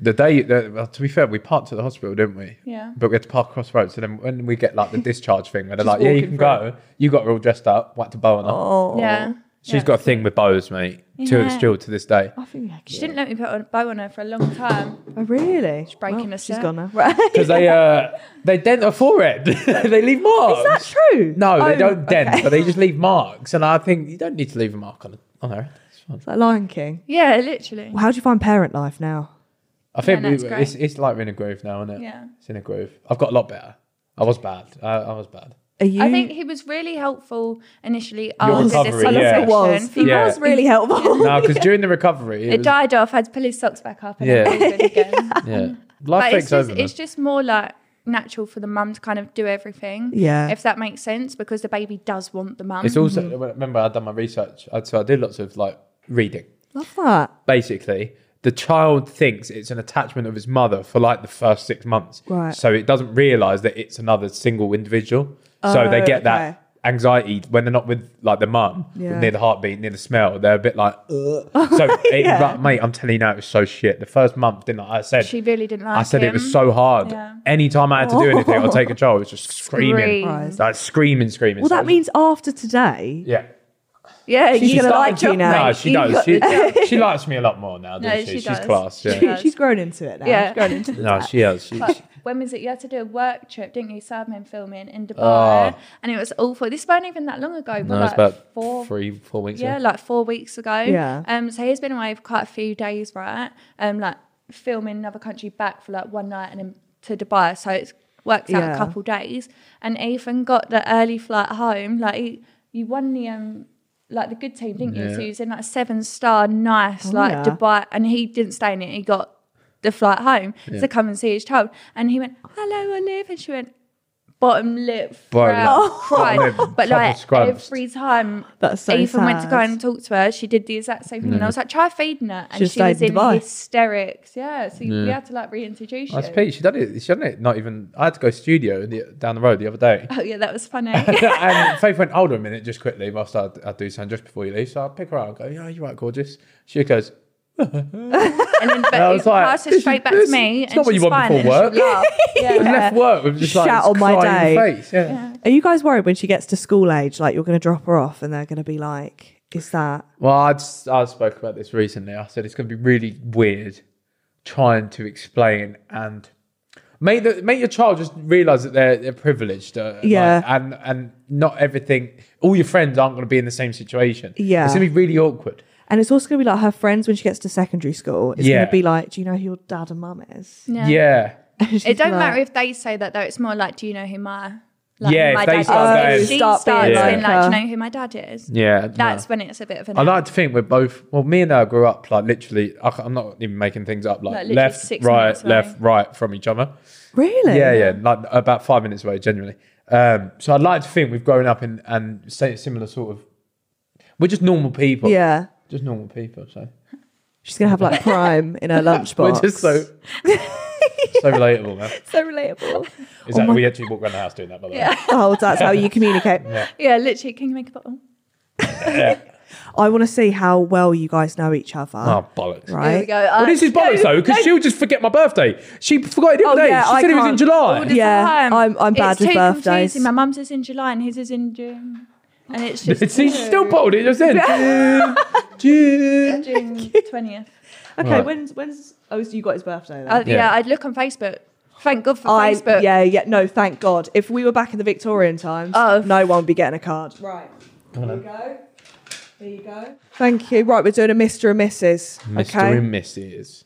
[SPEAKER 3] The day, the, well, to be fair, we parked at the hospital, didn't we?
[SPEAKER 4] Yeah.
[SPEAKER 3] But we had to park across the road. So then when we get like the discharge thing, where they're like, yeah, you
[SPEAKER 5] walking
[SPEAKER 3] can
[SPEAKER 5] through.
[SPEAKER 3] go. You got her all dressed up, whacked a bow on her.
[SPEAKER 4] Oh. Yeah.
[SPEAKER 3] She's got a thing with bows, mate. To,
[SPEAKER 4] Yeah.
[SPEAKER 3] still to this day.
[SPEAKER 5] I think I
[SPEAKER 4] She didn't let me put a bow on her for a long time.
[SPEAKER 5] Oh, really? She's
[SPEAKER 4] breaking us
[SPEAKER 5] She's
[SPEAKER 4] up.
[SPEAKER 5] gone now. Right.
[SPEAKER 3] Because they uh they dent a forehead. they leave marks.
[SPEAKER 5] Is that true?
[SPEAKER 3] No,
[SPEAKER 5] Oh,
[SPEAKER 3] they don't dent,
[SPEAKER 5] okay.
[SPEAKER 3] but they just leave marks. And I think you don't need to leave a mark on it. On her. It's fine.
[SPEAKER 5] It's like Lion King.
[SPEAKER 4] Yeah, literally.
[SPEAKER 5] Well, how do you find parent life now?
[SPEAKER 3] I think
[SPEAKER 4] no,
[SPEAKER 3] we,
[SPEAKER 4] it's great.
[SPEAKER 3] it's it's like we're in a groove now, isn't it?
[SPEAKER 4] Yeah.
[SPEAKER 3] It's in a groove. I've got a lot better. I was bad. I, I was bad.
[SPEAKER 5] Are you?
[SPEAKER 4] I think he was really helpful initially
[SPEAKER 3] Your
[SPEAKER 4] after
[SPEAKER 3] recovery,
[SPEAKER 4] this
[SPEAKER 3] I love yeah.
[SPEAKER 5] It was. He
[SPEAKER 4] conversation.
[SPEAKER 3] Yeah.
[SPEAKER 5] was really helpful.
[SPEAKER 3] No, because during the recovery, it,
[SPEAKER 4] It
[SPEAKER 3] was,
[SPEAKER 4] died off. I had to pull his socks back up and
[SPEAKER 3] Yeah.
[SPEAKER 4] yeah. it again.
[SPEAKER 3] Yeah.
[SPEAKER 4] But
[SPEAKER 3] Life
[SPEAKER 4] it's
[SPEAKER 3] takes
[SPEAKER 4] just,
[SPEAKER 3] over.
[SPEAKER 4] it's
[SPEAKER 3] man.
[SPEAKER 4] just more like natural for the mum to kind of do everything.
[SPEAKER 5] Yeah.
[SPEAKER 4] If that makes sense, because the baby does want the mum.
[SPEAKER 3] It's also remember I'd done my research, I'd, so I did lots of like reading.
[SPEAKER 5] Love that.
[SPEAKER 3] basically the child thinks it's an attachment of his mother for like the first six months
[SPEAKER 5] Right.
[SPEAKER 3] so it doesn't realize that it's another single individual so they
[SPEAKER 5] Oh,
[SPEAKER 3] get
[SPEAKER 5] okay.
[SPEAKER 3] that anxiety when they're not with like the mum
[SPEAKER 5] Yeah.
[SPEAKER 3] near the heartbeat near the smell they're a bit like Ugh. so it,
[SPEAKER 5] Yeah.
[SPEAKER 3] like, mate i'm telling you now it was so shit the first month didn't I, I said
[SPEAKER 4] She really didn't like
[SPEAKER 3] i said it was
[SPEAKER 4] him.
[SPEAKER 3] so hard
[SPEAKER 4] Yeah.
[SPEAKER 3] anytime i had to do anything i'd take a child it was just screaming
[SPEAKER 4] Scream.
[SPEAKER 3] like screaming screaming
[SPEAKER 5] Well,
[SPEAKER 3] So it
[SPEAKER 5] that
[SPEAKER 3] was-
[SPEAKER 5] means after today,
[SPEAKER 3] yeah
[SPEAKER 5] yeah, she's,
[SPEAKER 3] She's
[SPEAKER 5] gonna
[SPEAKER 3] starting
[SPEAKER 5] like you
[SPEAKER 3] to-
[SPEAKER 5] now.
[SPEAKER 3] No, she
[SPEAKER 5] You've
[SPEAKER 3] does.
[SPEAKER 5] got the-
[SPEAKER 3] She, she likes me a lot more now.
[SPEAKER 4] No,
[SPEAKER 3] Doesn't she?
[SPEAKER 4] she
[SPEAKER 3] She's
[SPEAKER 4] does.
[SPEAKER 3] class. Yeah.
[SPEAKER 4] does.
[SPEAKER 5] she's grown into it now.
[SPEAKER 4] Yeah.
[SPEAKER 5] She's grown into it.
[SPEAKER 3] No, she has. She, she-
[SPEAKER 4] when was it? You had to do a work trip, didn't you? Sadman filming in Dubai,
[SPEAKER 3] Oh.
[SPEAKER 4] and it was awful. This weren't even that long ago. but
[SPEAKER 3] no, it's
[SPEAKER 4] like
[SPEAKER 3] about
[SPEAKER 4] four,
[SPEAKER 3] three, four weeks.
[SPEAKER 4] yeah,
[SPEAKER 3] ago.
[SPEAKER 4] like four weeks ago.
[SPEAKER 5] Yeah.
[SPEAKER 4] Um. So he's been away for quite a few days, right? Um. Like filming another country back for like one night and then to Dubai. So it's worked out
[SPEAKER 5] Yeah.
[SPEAKER 4] a couple days. And Ethan got the early flight home. Like he, you won the um. Like the good team, didn't you? So he was in like a seven star, nice, like
[SPEAKER 5] Oh, yeah.
[SPEAKER 4] Dubai, and he didn't stay in it. He got the flight home
[SPEAKER 3] Yeah.
[SPEAKER 4] to come and see his child. And he went, Hello, Olive. And she went, bottom lip,
[SPEAKER 3] Bottom
[SPEAKER 4] frown,
[SPEAKER 3] lip.
[SPEAKER 4] cried.
[SPEAKER 3] Bottom lip,
[SPEAKER 4] but like
[SPEAKER 3] proper scrunched.
[SPEAKER 4] every time
[SPEAKER 5] That's so
[SPEAKER 4] Ethan went to go
[SPEAKER 5] sad.
[SPEAKER 4] and talk to her, she did the exact same thing. And I was like, try feeding her. And
[SPEAKER 5] She
[SPEAKER 4] she,
[SPEAKER 5] stayed
[SPEAKER 4] was
[SPEAKER 5] in
[SPEAKER 4] in
[SPEAKER 5] Dubai.
[SPEAKER 4] hysterics. Yeah. So we had to like reintroduce
[SPEAKER 3] That's
[SPEAKER 4] you.
[SPEAKER 3] Pete. She done it. She done it. Not even. I had to go studio in the, down the road the other day.
[SPEAKER 4] Oh, yeah, that was funny.
[SPEAKER 3] and Faith went, hold on a minute, just quickly, whilst I, I do something just before you leave. So I pick her up and go, yeah, you're right, gorgeous. She goes,
[SPEAKER 4] and then but
[SPEAKER 3] I
[SPEAKER 4] it
[SPEAKER 3] was like,
[SPEAKER 4] passed
[SPEAKER 3] this
[SPEAKER 4] it straight
[SPEAKER 3] is-
[SPEAKER 4] back
[SPEAKER 3] this-
[SPEAKER 4] to me.
[SPEAKER 3] it's
[SPEAKER 4] and
[SPEAKER 3] not what
[SPEAKER 4] she's
[SPEAKER 3] you want
[SPEAKER 4] fine,
[SPEAKER 3] before
[SPEAKER 4] and she laughed.
[SPEAKER 3] I
[SPEAKER 4] Yeah.
[SPEAKER 3] left work with just like
[SPEAKER 5] Shout
[SPEAKER 3] this
[SPEAKER 5] on my
[SPEAKER 3] crying
[SPEAKER 5] day.
[SPEAKER 3] face. Yeah.
[SPEAKER 5] Are you guys worried when she gets to school age, like you're going to drop her off and they're going to be like, is that?
[SPEAKER 3] Well, I just, I spoke about this recently. I said it's going to be really weird trying to explain and make the make your child just realize that they're they're privileged. Uh, like,
[SPEAKER 5] Yeah.
[SPEAKER 3] and and not everything. All your friends aren't going to be in the same situation.
[SPEAKER 5] Yeah.
[SPEAKER 3] It's going to be really awkward.
[SPEAKER 5] And it's also going to be like her friends when she gets to secondary school. It's
[SPEAKER 3] Yeah.
[SPEAKER 5] going to be like, do you know who your dad and mum is?
[SPEAKER 4] Yeah.
[SPEAKER 3] yeah.
[SPEAKER 4] It don't matter if they say that though. It's more like, do you know who my like,
[SPEAKER 3] Yeah, if
[SPEAKER 4] my
[SPEAKER 3] they
[SPEAKER 4] dad
[SPEAKER 3] start
[SPEAKER 4] is?
[SPEAKER 3] going-
[SPEAKER 4] If she
[SPEAKER 5] Start
[SPEAKER 4] starts
[SPEAKER 5] being
[SPEAKER 4] being
[SPEAKER 3] like
[SPEAKER 4] like,
[SPEAKER 5] her.
[SPEAKER 4] do you know who my dad is?
[SPEAKER 3] Yeah.
[SPEAKER 4] That's when it's a bit of an.
[SPEAKER 3] I like to think we're both. Well, me and her grew up like literally. I ca- I'm not even making things up.
[SPEAKER 4] Like,
[SPEAKER 3] Like,
[SPEAKER 4] literally
[SPEAKER 3] left,
[SPEAKER 4] six
[SPEAKER 3] right,
[SPEAKER 4] minutes away.
[SPEAKER 3] left, right from each other.
[SPEAKER 5] Really?
[SPEAKER 3] Yeah, yeah. Like about five minutes away, genuinely. Um, so I'd like to think we've grown up in and say similar sort of. We're just normal people.
[SPEAKER 5] Yeah.
[SPEAKER 3] just normal people. So
[SPEAKER 5] She's going to have like prime in her lunchbox.
[SPEAKER 3] we're just so so relatable, man.
[SPEAKER 4] so relatable.
[SPEAKER 3] Is that we actually walk around the house doing that? By the way,
[SPEAKER 5] Oh, that's how you communicate.
[SPEAKER 4] yeah, literally, can you make a bottle?
[SPEAKER 5] I want to see how well you guys know each other.
[SPEAKER 3] oh bollocks.
[SPEAKER 5] right.
[SPEAKER 4] There we go. Uh,
[SPEAKER 3] Well, this is bollocks though, because
[SPEAKER 4] no,
[SPEAKER 3] she'll just forget my birthday. She forgot it the other
[SPEAKER 5] Oh,
[SPEAKER 3] day.
[SPEAKER 5] yeah,
[SPEAKER 3] she
[SPEAKER 5] I
[SPEAKER 3] said it was in
[SPEAKER 5] can't-
[SPEAKER 3] July.
[SPEAKER 4] all the
[SPEAKER 5] Yeah,
[SPEAKER 4] time.
[SPEAKER 5] I'm- I'm bad
[SPEAKER 4] it's
[SPEAKER 5] with
[SPEAKER 4] too
[SPEAKER 5] birthdays.
[SPEAKER 4] confusing. My mum's is in July and his is in June, and it's just
[SPEAKER 3] See, she still bottled it just then. June.
[SPEAKER 4] June twentieth.
[SPEAKER 5] Okay,
[SPEAKER 3] Right.
[SPEAKER 5] when's when's oh so you got his birthday then?
[SPEAKER 4] Uh, yeah.
[SPEAKER 3] Yeah.
[SPEAKER 4] I'd look on Facebook. Thank God for
[SPEAKER 5] I
[SPEAKER 4] Facebook.
[SPEAKER 5] yeah yeah no thank God if we were back in the Victorian times
[SPEAKER 4] Oh.
[SPEAKER 5] no one would be getting a card right there you go there you go thank you right we're doing a Mister and Mrs
[SPEAKER 3] Mr.
[SPEAKER 5] okay
[SPEAKER 3] and Mrs.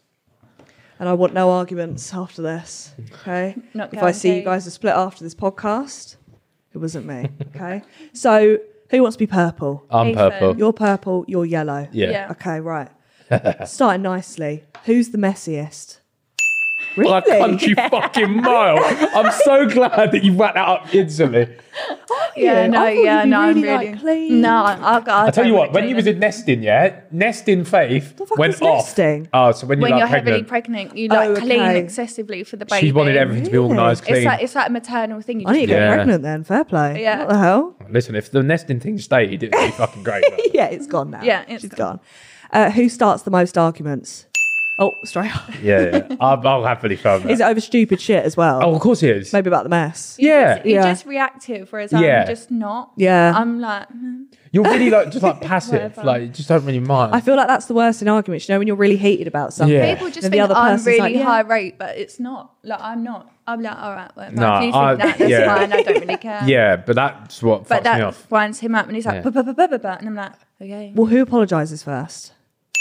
[SPEAKER 5] and I want no arguments after this okay
[SPEAKER 4] Not
[SPEAKER 5] if I see you
[SPEAKER 4] guaranteed.
[SPEAKER 5] guys are split after this podcast it wasn't me okay so who wants to be purple
[SPEAKER 3] I'm
[SPEAKER 4] Ethan.
[SPEAKER 3] purple.
[SPEAKER 5] you're purple you're yellow
[SPEAKER 3] Yeah.
[SPEAKER 4] Yeah.
[SPEAKER 5] okay right starting nicely who's the messiest
[SPEAKER 3] Well, a country fucking mile. I'm so glad that you whacked that up instantly.
[SPEAKER 4] Yeah, no,
[SPEAKER 5] I thought Oh, you'd
[SPEAKER 4] yeah,
[SPEAKER 5] be
[SPEAKER 4] no, I'm
[SPEAKER 5] really,
[SPEAKER 4] really.
[SPEAKER 5] like, clean.
[SPEAKER 4] No, I, I, I
[SPEAKER 3] I tell you what, when you was in nesting, yeah, nesting faith
[SPEAKER 5] fuck
[SPEAKER 3] went
[SPEAKER 5] is
[SPEAKER 3] off.
[SPEAKER 5] nesting?
[SPEAKER 3] Oh, so when you
[SPEAKER 4] when
[SPEAKER 3] like
[SPEAKER 4] you're heavily
[SPEAKER 3] pregnant,
[SPEAKER 4] pregnant, you like
[SPEAKER 5] Oh,
[SPEAKER 4] clean
[SPEAKER 5] okay.
[SPEAKER 4] excessively for the baby.
[SPEAKER 3] she wanted everything to be
[SPEAKER 5] Really?
[SPEAKER 3] organised,
[SPEAKER 4] It's
[SPEAKER 3] clean.
[SPEAKER 4] like it's like a maternal thing. You
[SPEAKER 5] I need to
[SPEAKER 4] just,
[SPEAKER 5] get
[SPEAKER 3] Yeah.
[SPEAKER 5] pregnant then. Fair play.
[SPEAKER 4] Yeah.
[SPEAKER 5] What the hell?
[SPEAKER 3] Listen, if the nesting thing stayed, it'd be fucking great. man.
[SPEAKER 5] Yeah, it's gone now.
[SPEAKER 4] Yeah, it's
[SPEAKER 5] She's gone. Uh, who starts the most arguments? Oh, straight.
[SPEAKER 3] yeah, yeah. I'll, I'll happily phone
[SPEAKER 5] Is
[SPEAKER 3] that.
[SPEAKER 5] it over stupid shit as well?
[SPEAKER 3] Oh, of course he is.
[SPEAKER 5] Maybe about the mess.
[SPEAKER 3] yeah,
[SPEAKER 4] you're
[SPEAKER 5] Yeah.
[SPEAKER 4] just reactive, whereas
[SPEAKER 3] Yeah.
[SPEAKER 4] I'm just not.
[SPEAKER 5] Yeah.
[SPEAKER 4] I'm like, mm,
[SPEAKER 3] you're really like just like passive.
[SPEAKER 4] Whatever.
[SPEAKER 3] like you just don't really mind.
[SPEAKER 5] I feel like that's the worst in arguments. You know, when you're really heated about something.
[SPEAKER 3] Yeah.
[SPEAKER 4] people just
[SPEAKER 5] Then the
[SPEAKER 4] think
[SPEAKER 5] other
[SPEAKER 4] I'm
[SPEAKER 5] person's
[SPEAKER 4] really
[SPEAKER 5] like, yeah.
[SPEAKER 4] high rate, but it's not. Like I'm not. I'm like, all right, whatever.
[SPEAKER 3] No,
[SPEAKER 4] if you think
[SPEAKER 3] I-
[SPEAKER 4] that, that's
[SPEAKER 3] yeah.
[SPEAKER 4] fine. I don't really care.
[SPEAKER 3] yeah, but that's what
[SPEAKER 4] But
[SPEAKER 3] fucks me
[SPEAKER 4] that
[SPEAKER 3] off.
[SPEAKER 4] winds him up, and he's
[SPEAKER 3] Yeah.
[SPEAKER 4] like, "Buh, buh, buh, buh, buh, buh," and I'm like, okay,
[SPEAKER 5] Well, who apologises first?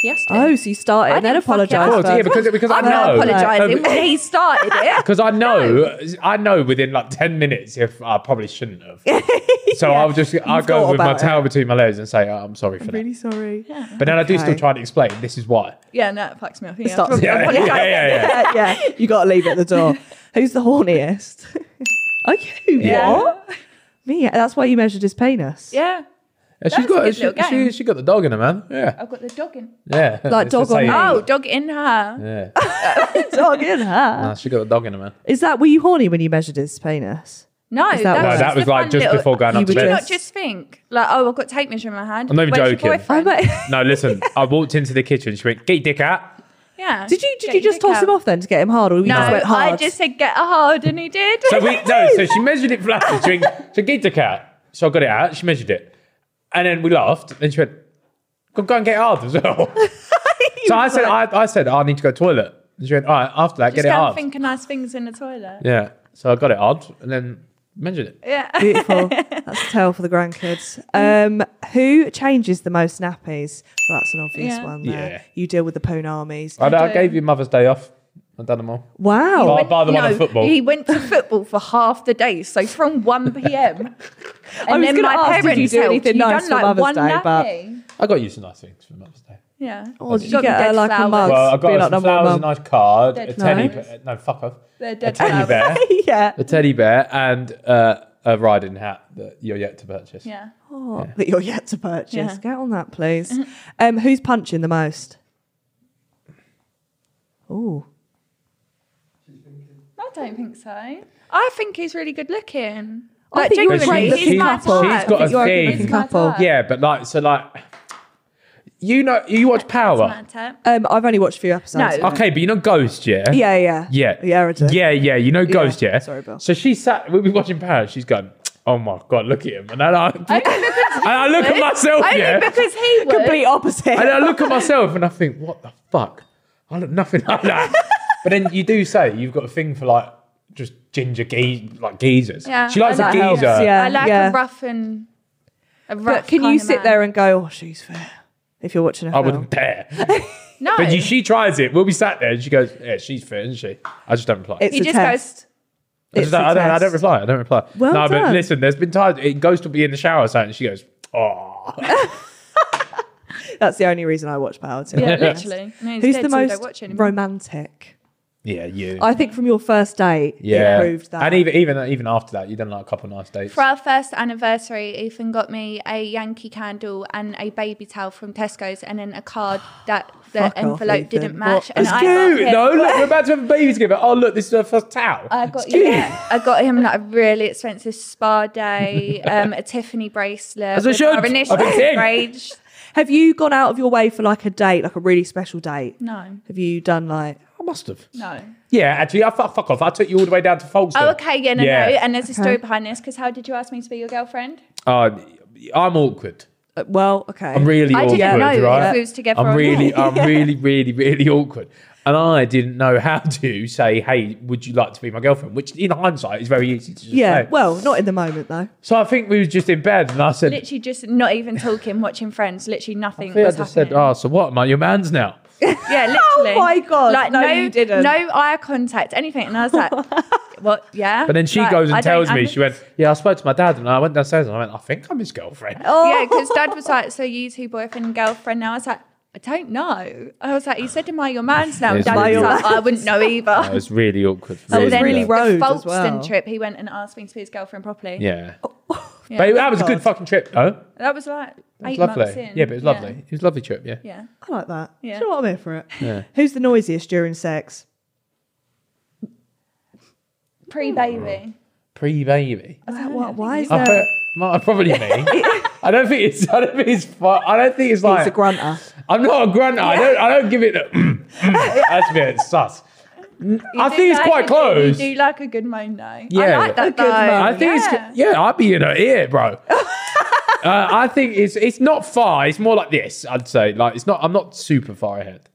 [SPEAKER 4] yes.
[SPEAKER 5] Oh, so you started
[SPEAKER 4] I
[SPEAKER 5] and then
[SPEAKER 4] didn't fuck it
[SPEAKER 5] apologise
[SPEAKER 4] up.
[SPEAKER 3] Well,
[SPEAKER 5] first.
[SPEAKER 4] That's
[SPEAKER 3] yeah, because because I
[SPEAKER 4] I'm
[SPEAKER 3] know.
[SPEAKER 4] not apologising.
[SPEAKER 3] No, but-
[SPEAKER 4] he started it.
[SPEAKER 3] Because I know, I know within like 10 minutes if I probably shouldn't have. So I'll just, I'll
[SPEAKER 5] thought
[SPEAKER 3] go with my
[SPEAKER 5] about it.
[SPEAKER 3] tail between my legs and say, oh, I'm sorry for that.
[SPEAKER 5] really sorry. Yeah.
[SPEAKER 3] But then I do still
[SPEAKER 5] Okay.
[SPEAKER 3] try to explain, this is why.
[SPEAKER 4] Yeah, no, it fucks me off. Yeah,
[SPEAKER 5] Stop.
[SPEAKER 4] probably
[SPEAKER 3] Yeah, yeah,
[SPEAKER 4] apologise.
[SPEAKER 3] yeah, yeah.
[SPEAKER 5] Uh, yeah, you got to leave it at the door. Who's the horniest? Are you?
[SPEAKER 3] Yeah.
[SPEAKER 5] What? Me? That's why you measured his penis.
[SPEAKER 4] yeah.
[SPEAKER 3] Yeah, she's
[SPEAKER 4] was a
[SPEAKER 3] got,
[SPEAKER 4] good
[SPEAKER 3] she,
[SPEAKER 4] little
[SPEAKER 3] she,
[SPEAKER 4] game.
[SPEAKER 3] she got the dog in her, man. Yeah.
[SPEAKER 4] I've got the dog in.
[SPEAKER 3] Yeah.
[SPEAKER 5] Like
[SPEAKER 3] It's the
[SPEAKER 5] dog on
[SPEAKER 3] saying.
[SPEAKER 5] me.
[SPEAKER 4] Oh, dog in her.
[SPEAKER 3] Yeah.
[SPEAKER 5] Dog in her.
[SPEAKER 3] Nah, she got the dog in her, man.
[SPEAKER 5] Oh, Is that were you horny when you measured his penis?
[SPEAKER 4] No,
[SPEAKER 5] that
[SPEAKER 4] that's
[SPEAKER 5] why?
[SPEAKER 3] No,
[SPEAKER 5] That's
[SPEAKER 3] that was like just before going
[SPEAKER 5] You
[SPEAKER 3] up to
[SPEAKER 5] were
[SPEAKER 4] Do you
[SPEAKER 3] bed.
[SPEAKER 4] not just think like, oh, I've got tape measure in my hand.
[SPEAKER 3] I'm not even
[SPEAKER 4] Where's your
[SPEAKER 3] joking.
[SPEAKER 4] boyfriend?
[SPEAKER 3] No, listen, I walked into the kitchen. She went, get your dick out.
[SPEAKER 4] yeah.
[SPEAKER 5] Did you did
[SPEAKER 4] Get
[SPEAKER 5] you
[SPEAKER 4] your
[SPEAKER 5] just
[SPEAKER 4] dick
[SPEAKER 5] toss him
[SPEAKER 4] out.
[SPEAKER 5] off then to get him hard, or you
[SPEAKER 4] No,
[SPEAKER 5] just went hard?
[SPEAKER 4] I just said get a hard, and he did.
[SPEAKER 3] So we, no, so she measured it flat. She went, so get your dick out. So I got it out. She measured it. And then we laughed. And she went, go, go and get it hard as well. So I said, I, I said, I need to go to the toilet. And she went, all right, after that,
[SPEAKER 4] Just
[SPEAKER 3] get it
[SPEAKER 4] go and
[SPEAKER 3] hard.
[SPEAKER 4] think of nice things in the toilet.
[SPEAKER 3] Yeah. So I got it hard and then mentioned it.
[SPEAKER 4] Yeah.
[SPEAKER 5] Beautiful. That's a tale for the grandkids. Um, who changes the most nappies? Well, that's an obvious
[SPEAKER 4] Yeah.
[SPEAKER 5] one. There.
[SPEAKER 3] Yeah.
[SPEAKER 5] You deal with the poon armies.
[SPEAKER 3] I, I
[SPEAKER 4] do.
[SPEAKER 3] gave you Mother's Day off. I've done them all.
[SPEAKER 5] Wow.
[SPEAKER 3] Bar- bar the one on football.
[SPEAKER 4] He went to football for half the day, so from 1 p.m. and
[SPEAKER 5] was
[SPEAKER 4] then
[SPEAKER 5] gonna
[SPEAKER 4] my
[SPEAKER 5] ask, did you
[SPEAKER 4] parents
[SPEAKER 5] do
[SPEAKER 4] helped.
[SPEAKER 5] anything
[SPEAKER 4] You
[SPEAKER 5] nice
[SPEAKER 4] done,
[SPEAKER 5] for
[SPEAKER 4] like,
[SPEAKER 5] Mother's
[SPEAKER 4] one
[SPEAKER 5] Day, but-
[SPEAKER 4] napping.
[SPEAKER 3] I got you some nice things for Mother's Day.
[SPEAKER 4] yeah.
[SPEAKER 5] Or did you
[SPEAKER 4] Got me
[SPEAKER 5] get her
[SPEAKER 4] dead
[SPEAKER 5] like a
[SPEAKER 4] flowers.
[SPEAKER 5] mug?
[SPEAKER 3] Well, I got
[SPEAKER 5] Being
[SPEAKER 3] you
[SPEAKER 5] like,
[SPEAKER 3] some
[SPEAKER 5] "No, mum,
[SPEAKER 3] flowers, a
[SPEAKER 5] mum."
[SPEAKER 3] nice card,
[SPEAKER 4] Dead
[SPEAKER 3] a teddy
[SPEAKER 5] flowers.
[SPEAKER 3] bear. No, fuck off.
[SPEAKER 4] They're
[SPEAKER 3] A
[SPEAKER 4] dead
[SPEAKER 3] teddy
[SPEAKER 4] flowers.
[SPEAKER 3] bear,
[SPEAKER 5] yeah.
[SPEAKER 3] a teddy bear, and uh, a riding hat that you're yet to purchase.
[SPEAKER 4] Yeah.
[SPEAKER 5] Oh, That you're yet to purchase.
[SPEAKER 4] Yeah. Uh-huh.
[SPEAKER 5] Get on that, please. Um, who's punching the most? Oh,
[SPEAKER 4] I don't think so. I think he's really good looking.
[SPEAKER 5] I think you're a
[SPEAKER 4] genuinely,
[SPEAKER 3] great
[SPEAKER 4] he's
[SPEAKER 3] looking
[SPEAKER 4] my
[SPEAKER 3] couple.
[SPEAKER 4] type.
[SPEAKER 3] She's got a
[SPEAKER 4] He's my
[SPEAKER 3] thing.
[SPEAKER 4] type.
[SPEAKER 3] Looking
[SPEAKER 5] couple.
[SPEAKER 3] Yeah, but like, so like, you know, you watch Power.
[SPEAKER 4] That's my type.
[SPEAKER 5] um, I've only watched a few episodes.
[SPEAKER 4] No.
[SPEAKER 3] Okay, but you know Ghost, yeah?
[SPEAKER 5] Yeah, yeah,
[SPEAKER 3] Yeah.
[SPEAKER 5] yeah. I do.
[SPEAKER 3] Yeah, yeah. You know Ghost, yeah?
[SPEAKER 5] Sorry, Bill.
[SPEAKER 3] So she sat, we'll be watching Power. She's going, oh my God, look at him. And then I, and
[SPEAKER 4] Only because-
[SPEAKER 3] I look at myself,
[SPEAKER 4] only
[SPEAKER 3] yeah?
[SPEAKER 4] because he would.
[SPEAKER 5] Complete opposite.
[SPEAKER 3] And I look at myself and I think, what the fuck? I look nothing like that. but then you do say you've got a thing for like just ginger ge- like geezers.
[SPEAKER 4] Yeah,
[SPEAKER 3] she likes
[SPEAKER 4] I
[SPEAKER 3] a
[SPEAKER 4] like
[SPEAKER 3] geezer.
[SPEAKER 5] that. Yeah,
[SPEAKER 4] I like
[SPEAKER 5] yeah.
[SPEAKER 4] a rough and a rough.
[SPEAKER 5] but can
[SPEAKER 4] kind
[SPEAKER 5] you
[SPEAKER 4] of
[SPEAKER 5] sit
[SPEAKER 4] man.
[SPEAKER 5] there and go, "Oh, she's fair"? If you're watching a
[SPEAKER 3] I
[SPEAKER 5] film,
[SPEAKER 3] wouldn't dare.
[SPEAKER 4] No,
[SPEAKER 3] But you, she tries it. We'll be sat there and she goes, yeah, she's fit, isn't she? I just don't reply.
[SPEAKER 5] it's
[SPEAKER 4] he
[SPEAKER 5] a
[SPEAKER 4] just
[SPEAKER 5] test.
[SPEAKER 4] goes.
[SPEAKER 3] I, just
[SPEAKER 5] it's
[SPEAKER 3] don't,
[SPEAKER 5] a
[SPEAKER 3] I, don't, I
[SPEAKER 5] test.
[SPEAKER 3] don't reply. I don't reply.
[SPEAKER 5] Well
[SPEAKER 3] no, but
[SPEAKER 5] done.
[SPEAKER 3] listen, there's been times it goes to be in the shower or something and she goes, oh.
[SPEAKER 5] That's the only reason I watch Power Too.
[SPEAKER 4] Yeah, literally. No, he's
[SPEAKER 5] Who's
[SPEAKER 4] dead,
[SPEAKER 5] the
[SPEAKER 4] so we don't
[SPEAKER 5] most
[SPEAKER 4] watch anymore.
[SPEAKER 5] romantic?
[SPEAKER 3] yeah, you.
[SPEAKER 5] I think from your first date,
[SPEAKER 3] yeah.
[SPEAKER 5] it proved that.
[SPEAKER 3] And even, even even after that, you've done like a couple nice dates.
[SPEAKER 4] For our first anniversary, Ethan got me a Yankee candle and a baby towel from Tesco's, and then a card that the
[SPEAKER 5] Fuck off,
[SPEAKER 4] envelope
[SPEAKER 5] Ethan.
[SPEAKER 4] didn't match.
[SPEAKER 5] What?
[SPEAKER 4] and
[SPEAKER 3] It's
[SPEAKER 4] I got
[SPEAKER 3] cute.
[SPEAKER 4] him-
[SPEAKER 3] No, look, we're about to have a baby together. Oh, look, this is her first towel.
[SPEAKER 4] I got yeah, I got him like a really expensive spa day, um, a Tiffany bracelet,
[SPEAKER 3] As I
[SPEAKER 4] with
[SPEAKER 3] should.
[SPEAKER 4] our
[SPEAKER 3] I've
[SPEAKER 4] initials
[SPEAKER 3] been saying.
[SPEAKER 4] engraved.
[SPEAKER 5] Have you gone out of your way for like a date, like a really special date?
[SPEAKER 4] No,
[SPEAKER 5] Have you done like
[SPEAKER 3] I must have.
[SPEAKER 4] no.
[SPEAKER 3] Yeah, actually, I fuck, fuck off. I took you all the way down to Folkestone.
[SPEAKER 4] Oh, okay, yeah, no,
[SPEAKER 3] Yeah.
[SPEAKER 4] no. And there's a story behind this because how did you ask me to be your girlfriend?
[SPEAKER 3] Uh, I'm awkward.
[SPEAKER 5] Uh, well, okay.
[SPEAKER 3] I'm really
[SPEAKER 4] I
[SPEAKER 3] awkward,
[SPEAKER 4] didn't know
[SPEAKER 3] right?
[SPEAKER 4] if we was together
[SPEAKER 3] I'm
[SPEAKER 4] or
[SPEAKER 3] really,
[SPEAKER 4] not.
[SPEAKER 3] I'm really, really, really awkward. And I didn't know how to say, hey, would you like to be my girlfriend? Which in hindsight is very easy to just
[SPEAKER 5] yeah.
[SPEAKER 3] say.
[SPEAKER 5] Well, not in the moment though.
[SPEAKER 3] so I think we was just in bed and I said,
[SPEAKER 4] Literally, just not even talking, watching Friends. Literally, nothing
[SPEAKER 3] I think I
[SPEAKER 4] was
[SPEAKER 3] just said,
[SPEAKER 4] happening.
[SPEAKER 3] oh, so what? Am I your man's now?
[SPEAKER 4] Yeah, literally.
[SPEAKER 5] Oh my God,
[SPEAKER 4] Like
[SPEAKER 5] no,
[SPEAKER 4] no,
[SPEAKER 5] you didn't.
[SPEAKER 4] No eye contact, anything. And I was like, what? Yeah.
[SPEAKER 3] But then she
[SPEAKER 4] Like,
[SPEAKER 3] goes and
[SPEAKER 4] I don't
[SPEAKER 3] tells me,
[SPEAKER 4] under-
[SPEAKER 3] she went, yeah, I spoke to my dad and I went downstairs and I went, I think I'm his girlfriend.
[SPEAKER 5] Oh,
[SPEAKER 4] Yeah, because dad was like, so you two boyfriend and girlfriend now? I was like, I don't know. I was like, you said, am I your man's now?
[SPEAKER 3] It's
[SPEAKER 4] Dad was
[SPEAKER 3] really
[SPEAKER 4] like,
[SPEAKER 5] awkward.
[SPEAKER 4] I wouldn't know either.
[SPEAKER 3] It was really awkward. For
[SPEAKER 5] That
[SPEAKER 3] me.
[SPEAKER 5] was
[SPEAKER 4] Oh, then
[SPEAKER 5] really
[SPEAKER 4] the
[SPEAKER 5] rude as
[SPEAKER 4] Folkestone
[SPEAKER 5] well.
[SPEAKER 4] trip, he went and asked me to be his girlfriend properly.
[SPEAKER 3] Yeah.
[SPEAKER 4] Yeah.
[SPEAKER 3] But that was a good
[SPEAKER 5] God.
[SPEAKER 3] fucking trip, though.
[SPEAKER 4] that was like
[SPEAKER 3] It was
[SPEAKER 4] eight months
[SPEAKER 3] lovely.
[SPEAKER 4] in.
[SPEAKER 3] Yeah, but it was lovely. It was a lovely trip, yeah.
[SPEAKER 4] Yeah.
[SPEAKER 5] I like that.
[SPEAKER 4] Yeah.
[SPEAKER 5] Do you know what I'm here for it? Who's the noisiest during sex?
[SPEAKER 4] Pre
[SPEAKER 3] Mm.
[SPEAKER 4] baby.
[SPEAKER 3] Pre baby.
[SPEAKER 5] Why, why, why is
[SPEAKER 3] I
[SPEAKER 5] there?
[SPEAKER 3] bet, might- probably me. I don't think it's. I don't think it's. fu- I don't think it's
[SPEAKER 5] He's a
[SPEAKER 3] like.
[SPEAKER 5] grunter.
[SPEAKER 3] I'm not a grunter. I don't. I don't give it. The, mm, that's a bit sus. I
[SPEAKER 4] You
[SPEAKER 3] think
[SPEAKER 4] do
[SPEAKER 3] it's
[SPEAKER 4] like
[SPEAKER 3] quite
[SPEAKER 4] a good-
[SPEAKER 3] close.
[SPEAKER 4] You do like a good moan though.
[SPEAKER 3] Yeah.
[SPEAKER 4] I like that
[SPEAKER 3] A
[SPEAKER 4] though.
[SPEAKER 5] good moan.
[SPEAKER 3] I think it's. Yeah, I'd be in her ear, bro. uh, I think it's. It's not far. It's more like this. I'd say. Like it's not. I'm not super far ahead.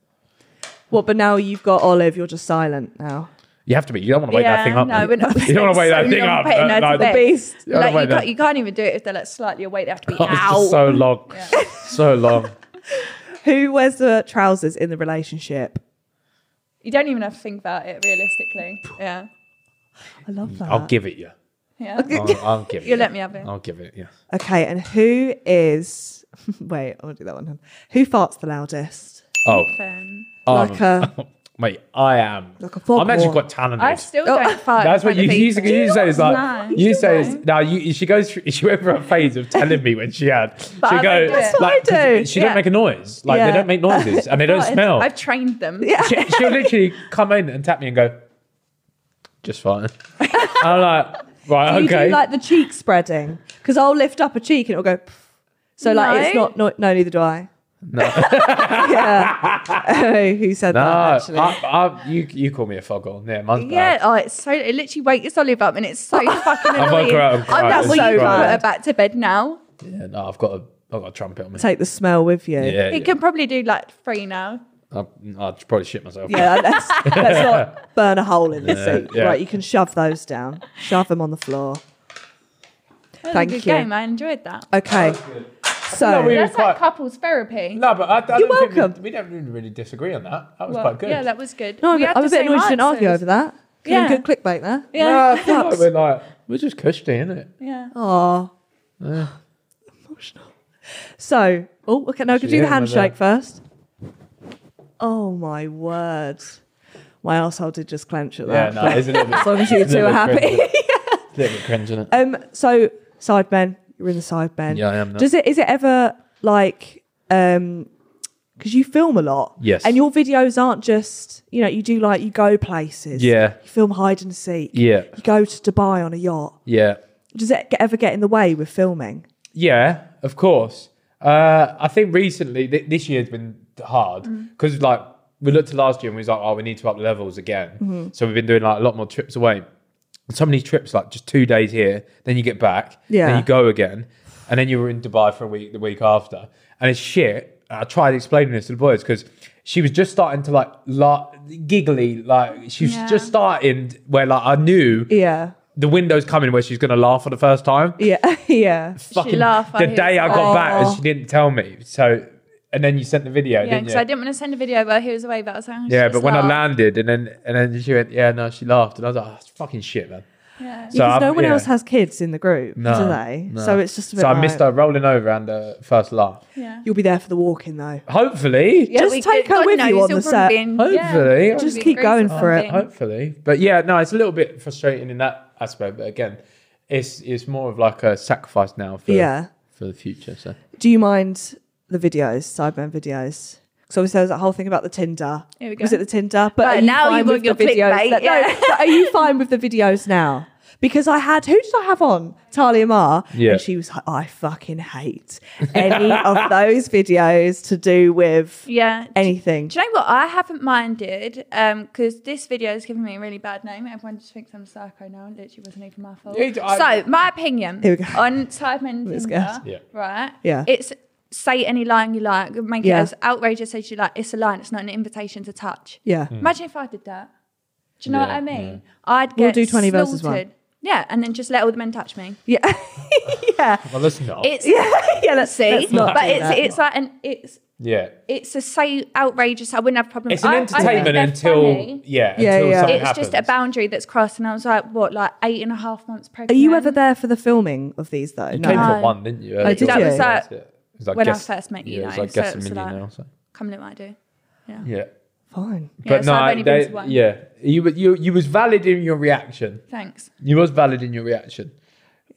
[SPEAKER 5] What? But now you've got Olive. You're just silent now.
[SPEAKER 3] You have to be. You don't want to wake that
[SPEAKER 4] Yeah,
[SPEAKER 3] thing up.
[SPEAKER 4] No, we're not
[SPEAKER 3] You don't want to wake that
[SPEAKER 4] so
[SPEAKER 3] thing
[SPEAKER 4] long
[SPEAKER 3] up.
[SPEAKER 4] putting
[SPEAKER 3] uh,
[SPEAKER 4] her to
[SPEAKER 3] like,
[SPEAKER 4] bed.
[SPEAKER 5] beast.
[SPEAKER 3] don't
[SPEAKER 4] Like,
[SPEAKER 3] wake
[SPEAKER 4] you,
[SPEAKER 3] that-
[SPEAKER 4] can't, you can't even do it if they're like slightly awake. They have to be
[SPEAKER 3] God, it's just
[SPEAKER 4] out.
[SPEAKER 3] so long. So long.
[SPEAKER 5] Who wears the trousers in the relationship?
[SPEAKER 4] You don't even have to think about it realistically. Yeah,
[SPEAKER 5] I love that.
[SPEAKER 3] Mm. I'll give it you.
[SPEAKER 4] yeah.
[SPEAKER 3] I'll, I'll give it.
[SPEAKER 4] You
[SPEAKER 3] you.
[SPEAKER 4] let me have it.
[SPEAKER 3] I'll give it. Yeah.
[SPEAKER 5] Okay, and who is? Wait, I want to do that one. Who farts the loudest?
[SPEAKER 3] Oh,
[SPEAKER 4] Fun.
[SPEAKER 3] um,
[SPEAKER 5] Like uh, a
[SPEAKER 3] mate, I am.
[SPEAKER 5] Like a fog
[SPEAKER 3] I'm actually
[SPEAKER 5] wall.
[SPEAKER 3] quite talented.
[SPEAKER 4] I still don't Oh, fight.
[SPEAKER 3] That's what you, you, you, say is
[SPEAKER 4] No.
[SPEAKER 3] like you say is now you she goes through, she went through a phase of telling me when she had
[SPEAKER 4] But
[SPEAKER 3] she go
[SPEAKER 4] I don't do it. That's
[SPEAKER 5] what I
[SPEAKER 3] like 'cause
[SPEAKER 5] do.
[SPEAKER 3] she
[SPEAKER 4] Yeah.
[SPEAKER 3] don't make a noise like
[SPEAKER 5] Yeah.
[SPEAKER 3] they don't make noises and they don't smell.
[SPEAKER 4] Oh, I've trained them.
[SPEAKER 3] She, she'll literally come in and tap me and go, just fine. I'm like right
[SPEAKER 5] You
[SPEAKER 3] okay.
[SPEAKER 5] do like the cheek spreading because I'll lift up a cheek and it'll go. Pff. So like it's
[SPEAKER 4] No.
[SPEAKER 5] not, not no neither do I. No. yeah. Oh, Who said
[SPEAKER 3] no,
[SPEAKER 5] that? Actually,
[SPEAKER 3] I, I, you you call me a foggle. Yeah, mine's
[SPEAKER 4] Yeah,
[SPEAKER 3] bad.
[SPEAKER 4] oh, it's so it literally wakes Olive up and it's so fucking
[SPEAKER 3] woke her
[SPEAKER 4] annoying.
[SPEAKER 3] up and cried.
[SPEAKER 4] that's
[SPEAKER 3] It's
[SPEAKER 4] why
[SPEAKER 3] so
[SPEAKER 4] you can put
[SPEAKER 3] bad.
[SPEAKER 4] her back to bed now.
[SPEAKER 3] Yeah, no, I've got a I've got a trumpet on me.
[SPEAKER 5] take the smell with you.
[SPEAKER 3] Yeah,
[SPEAKER 4] He
[SPEAKER 3] yeah.
[SPEAKER 4] can probably do like three now.
[SPEAKER 3] I, I'd probably shit myself.
[SPEAKER 5] Yeah, let's, let's not burn a hole in the seat.
[SPEAKER 3] yeah.
[SPEAKER 5] Right, you can shove those down. Shove them on the floor.
[SPEAKER 4] That was
[SPEAKER 5] Thank
[SPEAKER 4] a good
[SPEAKER 5] you.
[SPEAKER 4] game. I enjoyed that.
[SPEAKER 5] Okay. So
[SPEAKER 3] we-
[SPEAKER 4] That's like
[SPEAKER 3] quite-
[SPEAKER 4] couples therapy.
[SPEAKER 3] No, but I, I
[SPEAKER 5] You're
[SPEAKER 3] don't think we-
[SPEAKER 5] welcome.
[SPEAKER 3] We, don't really disagree on that. That was
[SPEAKER 4] Well,
[SPEAKER 3] quite good.
[SPEAKER 4] Yeah, that was good.
[SPEAKER 5] no,
[SPEAKER 4] We
[SPEAKER 5] I'm,
[SPEAKER 4] had
[SPEAKER 5] I'm
[SPEAKER 4] the
[SPEAKER 5] a bit
[SPEAKER 4] same
[SPEAKER 5] annoyed you didn't argue
[SPEAKER 4] answers.
[SPEAKER 5] over that.
[SPEAKER 4] Yeah.
[SPEAKER 5] Good clickbait there. Ah,
[SPEAKER 3] Nah, I
[SPEAKER 4] Yeah,
[SPEAKER 3] feel like we're like we're just cushy, isn't it?
[SPEAKER 4] yeah.
[SPEAKER 5] Aw. Emotional. So, oh, okay, no, could
[SPEAKER 3] She
[SPEAKER 5] you do the
[SPEAKER 3] hit him with
[SPEAKER 5] handshake
[SPEAKER 3] a-
[SPEAKER 5] first? Oh my word. My asshole did just clench at
[SPEAKER 3] Yeah,
[SPEAKER 5] that.
[SPEAKER 3] no, it's a little bit.
[SPEAKER 5] As long as you two are happy.
[SPEAKER 3] A little bit cringe, isn't it?
[SPEAKER 5] um, so side men, you're in the side men.
[SPEAKER 3] Yeah, I am now.
[SPEAKER 5] Does it is it ever like um because you film a lot.
[SPEAKER 3] Yes.
[SPEAKER 5] And your videos aren't just, you know, you do like you go places.
[SPEAKER 3] Yeah.
[SPEAKER 5] You film hide and seek.
[SPEAKER 3] Yeah.
[SPEAKER 5] You go to Dubai on a yacht.
[SPEAKER 3] Yeah.
[SPEAKER 5] Does it ever get in the way with filming?
[SPEAKER 3] Yeah, of course. Uh, I think recently th- this year's been hard because like we looked to last year and we was like, oh, we need to up levels again. So we've been doing like a lot more trips away. And some of these trips like just two days here, then you get back,
[SPEAKER 5] Yeah.
[SPEAKER 3] then you go again, and then you were in Dubai for a week the week after, and it's shit. I tried explaining this to the boys because she was just starting to like, la giggly, like she was
[SPEAKER 4] Yeah.
[SPEAKER 3] just starting where like I knew
[SPEAKER 5] Yeah.
[SPEAKER 3] the window's coming where she's gonna laugh for the first time
[SPEAKER 5] Yeah, yeah.
[SPEAKER 3] fucking
[SPEAKER 4] laughed, I
[SPEAKER 3] the
[SPEAKER 4] hear
[SPEAKER 3] day I
[SPEAKER 4] it.
[SPEAKER 3] got back
[SPEAKER 5] Oh.
[SPEAKER 3] and she didn't tell me. So and then you sent the video,
[SPEAKER 4] Yeah,
[SPEAKER 3] didn't
[SPEAKER 4] because
[SPEAKER 3] you?
[SPEAKER 4] I didn't want to send a video while he was away, but I was like, oh,
[SPEAKER 3] yeah,
[SPEAKER 4] she's
[SPEAKER 3] but when I
[SPEAKER 4] laughed.
[SPEAKER 3] landed and then and then she went, yeah, no, she laughed and I was like, oh, it's fucking shit, man.
[SPEAKER 4] Yeah.
[SPEAKER 3] So
[SPEAKER 5] because
[SPEAKER 3] I've-
[SPEAKER 5] no one
[SPEAKER 3] yeah.
[SPEAKER 5] else has kids in the group,
[SPEAKER 3] No,
[SPEAKER 5] do they?
[SPEAKER 3] no.
[SPEAKER 5] So it's just a bit.
[SPEAKER 3] So I
[SPEAKER 5] like-
[SPEAKER 3] missed her rolling over and the first laugh.
[SPEAKER 4] yeah.
[SPEAKER 5] You'll be there for the walking though.
[SPEAKER 3] Hopefully,
[SPEAKER 5] Just take her with you on the set.
[SPEAKER 3] Hopefully.
[SPEAKER 5] Just keep going for it.
[SPEAKER 3] hopefully. But yeah, no, it's a little bit frustrating in that aspect. But again, it's it's more of like a sacrifice now for
[SPEAKER 5] Yeah.
[SPEAKER 3] for the future. So
[SPEAKER 5] Do you mind the videos, Sidemen videos? Because obviously there was that whole thing about the Tinder.
[SPEAKER 4] Here we go.
[SPEAKER 5] Was it the Tinder? But,
[SPEAKER 4] But
[SPEAKER 5] are
[SPEAKER 4] now
[SPEAKER 5] fine
[SPEAKER 4] you
[SPEAKER 5] with
[SPEAKER 4] want
[SPEAKER 5] the
[SPEAKER 4] your
[SPEAKER 5] videos
[SPEAKER 4] clickbait,
[SPEAKER 5] that- no,
[SPEAKER 4] yeah.
[SPEAKER 5] but are you fine with the videos now? Because I had who did I have on? Talia Ma.
[SPEAKER 3] Yeah.
[SPEAKER 5] And she was like, I fucking hate any of those videos to do with
[SPEAKER 4] Yeah.
[SPEAKER 5] anything.
[SPEAKER 4] Do you know what? I haven't minded because this video has given me a really bad name. Everyone just thinks I'm a psycho now. It literally wasn't even my fault.
[SPEAKER 3] Yeah, I-
[SPEAKER 4] so, my opinion
[SPEAKER 5] Here we go.
[SPEAKER 4] on Sidemen
[SPEAKER 5] Let's
[SPEAKER 4] Tinder,
[SPEAKER 3] go. Yeah.
[SPEAKER 4] right?
[SPEAKER 5] Yeah.
[SPEAKER 4] It's say any line you like, make
[SPEAKER 5] Yeah.
[SPEAKER 4] it as outrageous as you like. It's a line, it's not an invitation to touch.
[SPEAKER 5] Yeah.
[SPEAKER 4] Imagine if I did that. Do you know
[SPEAKER 3] Hmm. Yeah,
[SPEAKER 4] what I mean? I'd get
[SPEAKER 5] We'll do 20 versus one.
[SPEAKER 4] slaughtered. Yeah, and then just let all the men touch me.
[SPEAKER 5] Yeah. yeah.
[SPEAKER 3] well, that's not.
[SPEAKER 4] It's yeah,
[SPEAKER 5] Yeah, let's
[SPEAKER 4] see,
[SPEAKER 5] let's not
[SPEAKER 4] but
[SPEAKER 5] do
[SPEAKER 4] it's
[SPEAKER 5] that.
[SPEAKER 4] it's like an it's
[SPEAKER 3] yeah.
[SPEAKER 4] it's a say outrageous. I wouldn't have problems.
[SPEAKER 3] It's an
[SPEAKER 4] I- I think
[SPEAKER 3] entertainment
[SPEAKER 4] they're
[SPEAKER 3] until
[SPEAKER 4] funny.
[SPEAKER 3] yeah,
[SPEAKER 5] Yeah,
[SPEAKER 3] until
[SPEAKER 5] yeah.
[SPEAKER 3] something
[SPEAKER 4] It's
[SPEAKER 3] happens.
[SPEAKER 4] just a boundary that's crossed, and I was like, what, like eight and a half months
[SPEAKER 5] Are
[SPEAKER 4] pregnant?
[SPEAKER 5] you ever there for the filming of these though?
[SPEAKER 3] You
[SPEAKER 5] No.
[SPEAKER 3] came for
[SPEAKER 4] No.
[SPEAKER 3] one, didn't you?
[SPEAKER 5] Oh, did That you? was,
[SPEAKER 4] like,
[SPEAKER 3] It was like
[SPEAKER 4] when I
[SPEAKER 3] guess-
[SPEAKER 4] first met you,
[SPEAKER 3] Yeah, it was
[SPEAKER 4] like,
[SPEAKER 3] like guess
[SPEAKER 4] so
[SPEAKER 3] a
[SPEAKER 4] it's
[SPEAKER 3] million
[SPEAKER 4] like-
[SPEAKER 3] now. So.
[SPEAKER 4] Come look what I do.
[SPEAKER 3] Yeah,
[SPEAKER 5] Fine.
[SPEAKER 3] but
[SPEAKER 4] so
[SPEAKER 3] no,
[SPEAKER 4] I've only been
[SPEAKER 3] they-
[SPEAKER 4] to one.
[SPEAKER 3] yeah, you were- you you was valid in your reaction.
[SPEAKER 4] Thanks.
[SPEAKER 3] You was valid in your reaction,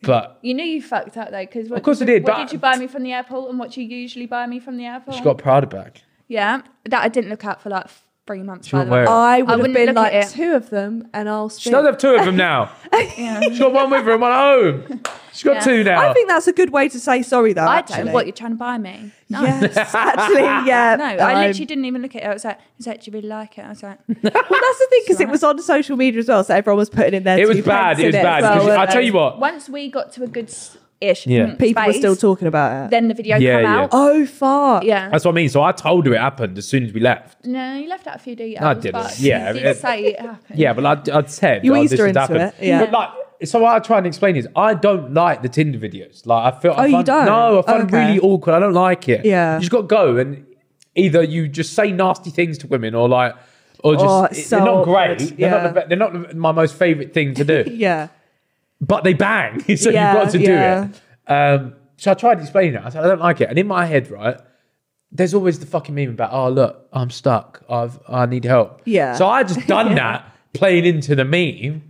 [SPEAKER 3] but
[SPEAKER 4] You knew you fucked up though, because
[SPEAKER 3] Of course I did,
[SPEAKER 4] What
[SPEAKER 3] but-
[SPEAKER 4] did you buy me from the airport, and what you usually buy me from the airport?
[SPEAKER 3] she got a Prada back.
[SPEAKER 4] yeah, that I didn't look out for like three months.
[SPEAKER 3] She
[SPEAKER 4] by
[SPEAKER 3] won't
[SPEAKER 4] the way. Oh,
[SPEAKER 3] wear it.
[SPEAKER 5] I
[SPEAKER 4] I
[SPEAKER 5] would have
[SPEAKER 4] wouldn't
[SPEAKER 5] been
[SPEAKER 4] look at
[SPEAKER 5] like
[SPEAKER 4] it.
[SPEAKER 5] two of them, and I'll
[SPEAKER 3] She
[SPEAKER 5] speak.
[SPEAKER 3] does have two of them now. She got one with her and one at home. She got two now.
[SPEAKER 5] I think that's a good way to say sorry, though.
[SPEAKER 4] I
[SPEAKER 5] actually.
[SPEAKER 4] don't know what you're trying to buy me. No.
[SPEAKER 5] Yes, actually, yeah.
[SPEAKER 4] No,
[SPEAKER 5] Um,
[SPEAKER 4] I literally didn't even look at it. I was like, is that, do you really like it? I was like,
[SPEAKER 5] Well, that's the thing because it was on social media as well, so everyone was putting in their.
[SPEAKER 3] it was
[SPEAKER 5] two
[SPEAKER 3] bad.
[SPEAKER 5] pence
[SPEAKER 3] It was
[SPEAKER 5] in
[SPEAKER 3] bad.
[SPEAKER 5] as well,
[SPEAKER 3] 'cause
[SPEAKER 5] weren't
[SPEAKER 3] I
[SPEAKER 5] they?
[SPEAKER 3] tell you what,
[SPEAKER 4] once we got to a good s- ish
[SPEAKER 3] Yeah.
[SPEAKER 4] mm,
[SPEAKER 5] people were
[SPEAKER 4] space,
[SPEAKER 5] still talking about it.
[SPEAKER 4] Then the video
[SPEAKER 3] Yeah,
[SPEAKER 4] came
[SPEAKER 3] yeah.
[SPEAKER 4] out.
[SPEAKER 5] oh, far.
[SPEAKER 4] Yeah.
[SPEAKER 3] that's what I mean. So I told her it happened as soon as we left.
[SPEAKER 4] No, you left out a few details.
[SPEAKER 3] No, I didn't.
[SPEAKER 4] But
[SPEAKER 3] Yeah,
[SPEAKER 4] you
[SPEAKER 3] it-
[SPEAKER 4] did say it happened.
[SPEAKER 3] Yeah, but I'd, I'd said
[SPEAKER 5] You
[SPEAKER 3] oh,
[SPEAKER 5] eased
[SPEAKER 3] this
[SPEAKER 5] her
[SPEAKER 3] had
[SPEAKER 5] into
[SPEAKER 3] happened.
[SPEAKER 5] it, yeah.
[SPEAKER 3] But like, so what I try and explain is I don't like the Tinder videos. Like I feel
[SPEAKER 5] Oh,
[SPEAKER 3] I
[SPEAKER 5] you
[SPEAKER 3] find,
[SPEAKER 5] don't?
[SPEAKER 3] No, I find
[SPEAKER 5] Okay.
[SPEAKER 3] it really awkward. I don't like it.
[SPEAKER 5] Yeah.
[SPEAKER 3] you just got to go and either you just say nasty things to women or like. Or just,
[SPEAKER 5] Oh, it's
[SPEAKER 3] it- they're
[SPEAKER 5] so
[SPEAKER 3] not
[SPEAKER 5] awkward,
[SPEAKER 3] great. They're, not the,
[SPEAKER 5] yeah.
[SPEAKER 3] be- they're not my most favorite thing to do,
[SPEAKER 5] Yeah.
[SPEAKER 3] but they bang. So
[SPEAKER 5] Yeah,
[SPEAKER 3] you've got to
[SPEAKER 5] yeah.
[SPEAKER 3] do it. Um, so I tried explaining it. I said, I don't like it. And in my head, right, there's always the fucking meme about, oh, look, I'm stuck. I've, I need help.
[SPEAKER 5] Yeah.
[SPEAKER 3] So I just done that, playing into the meme,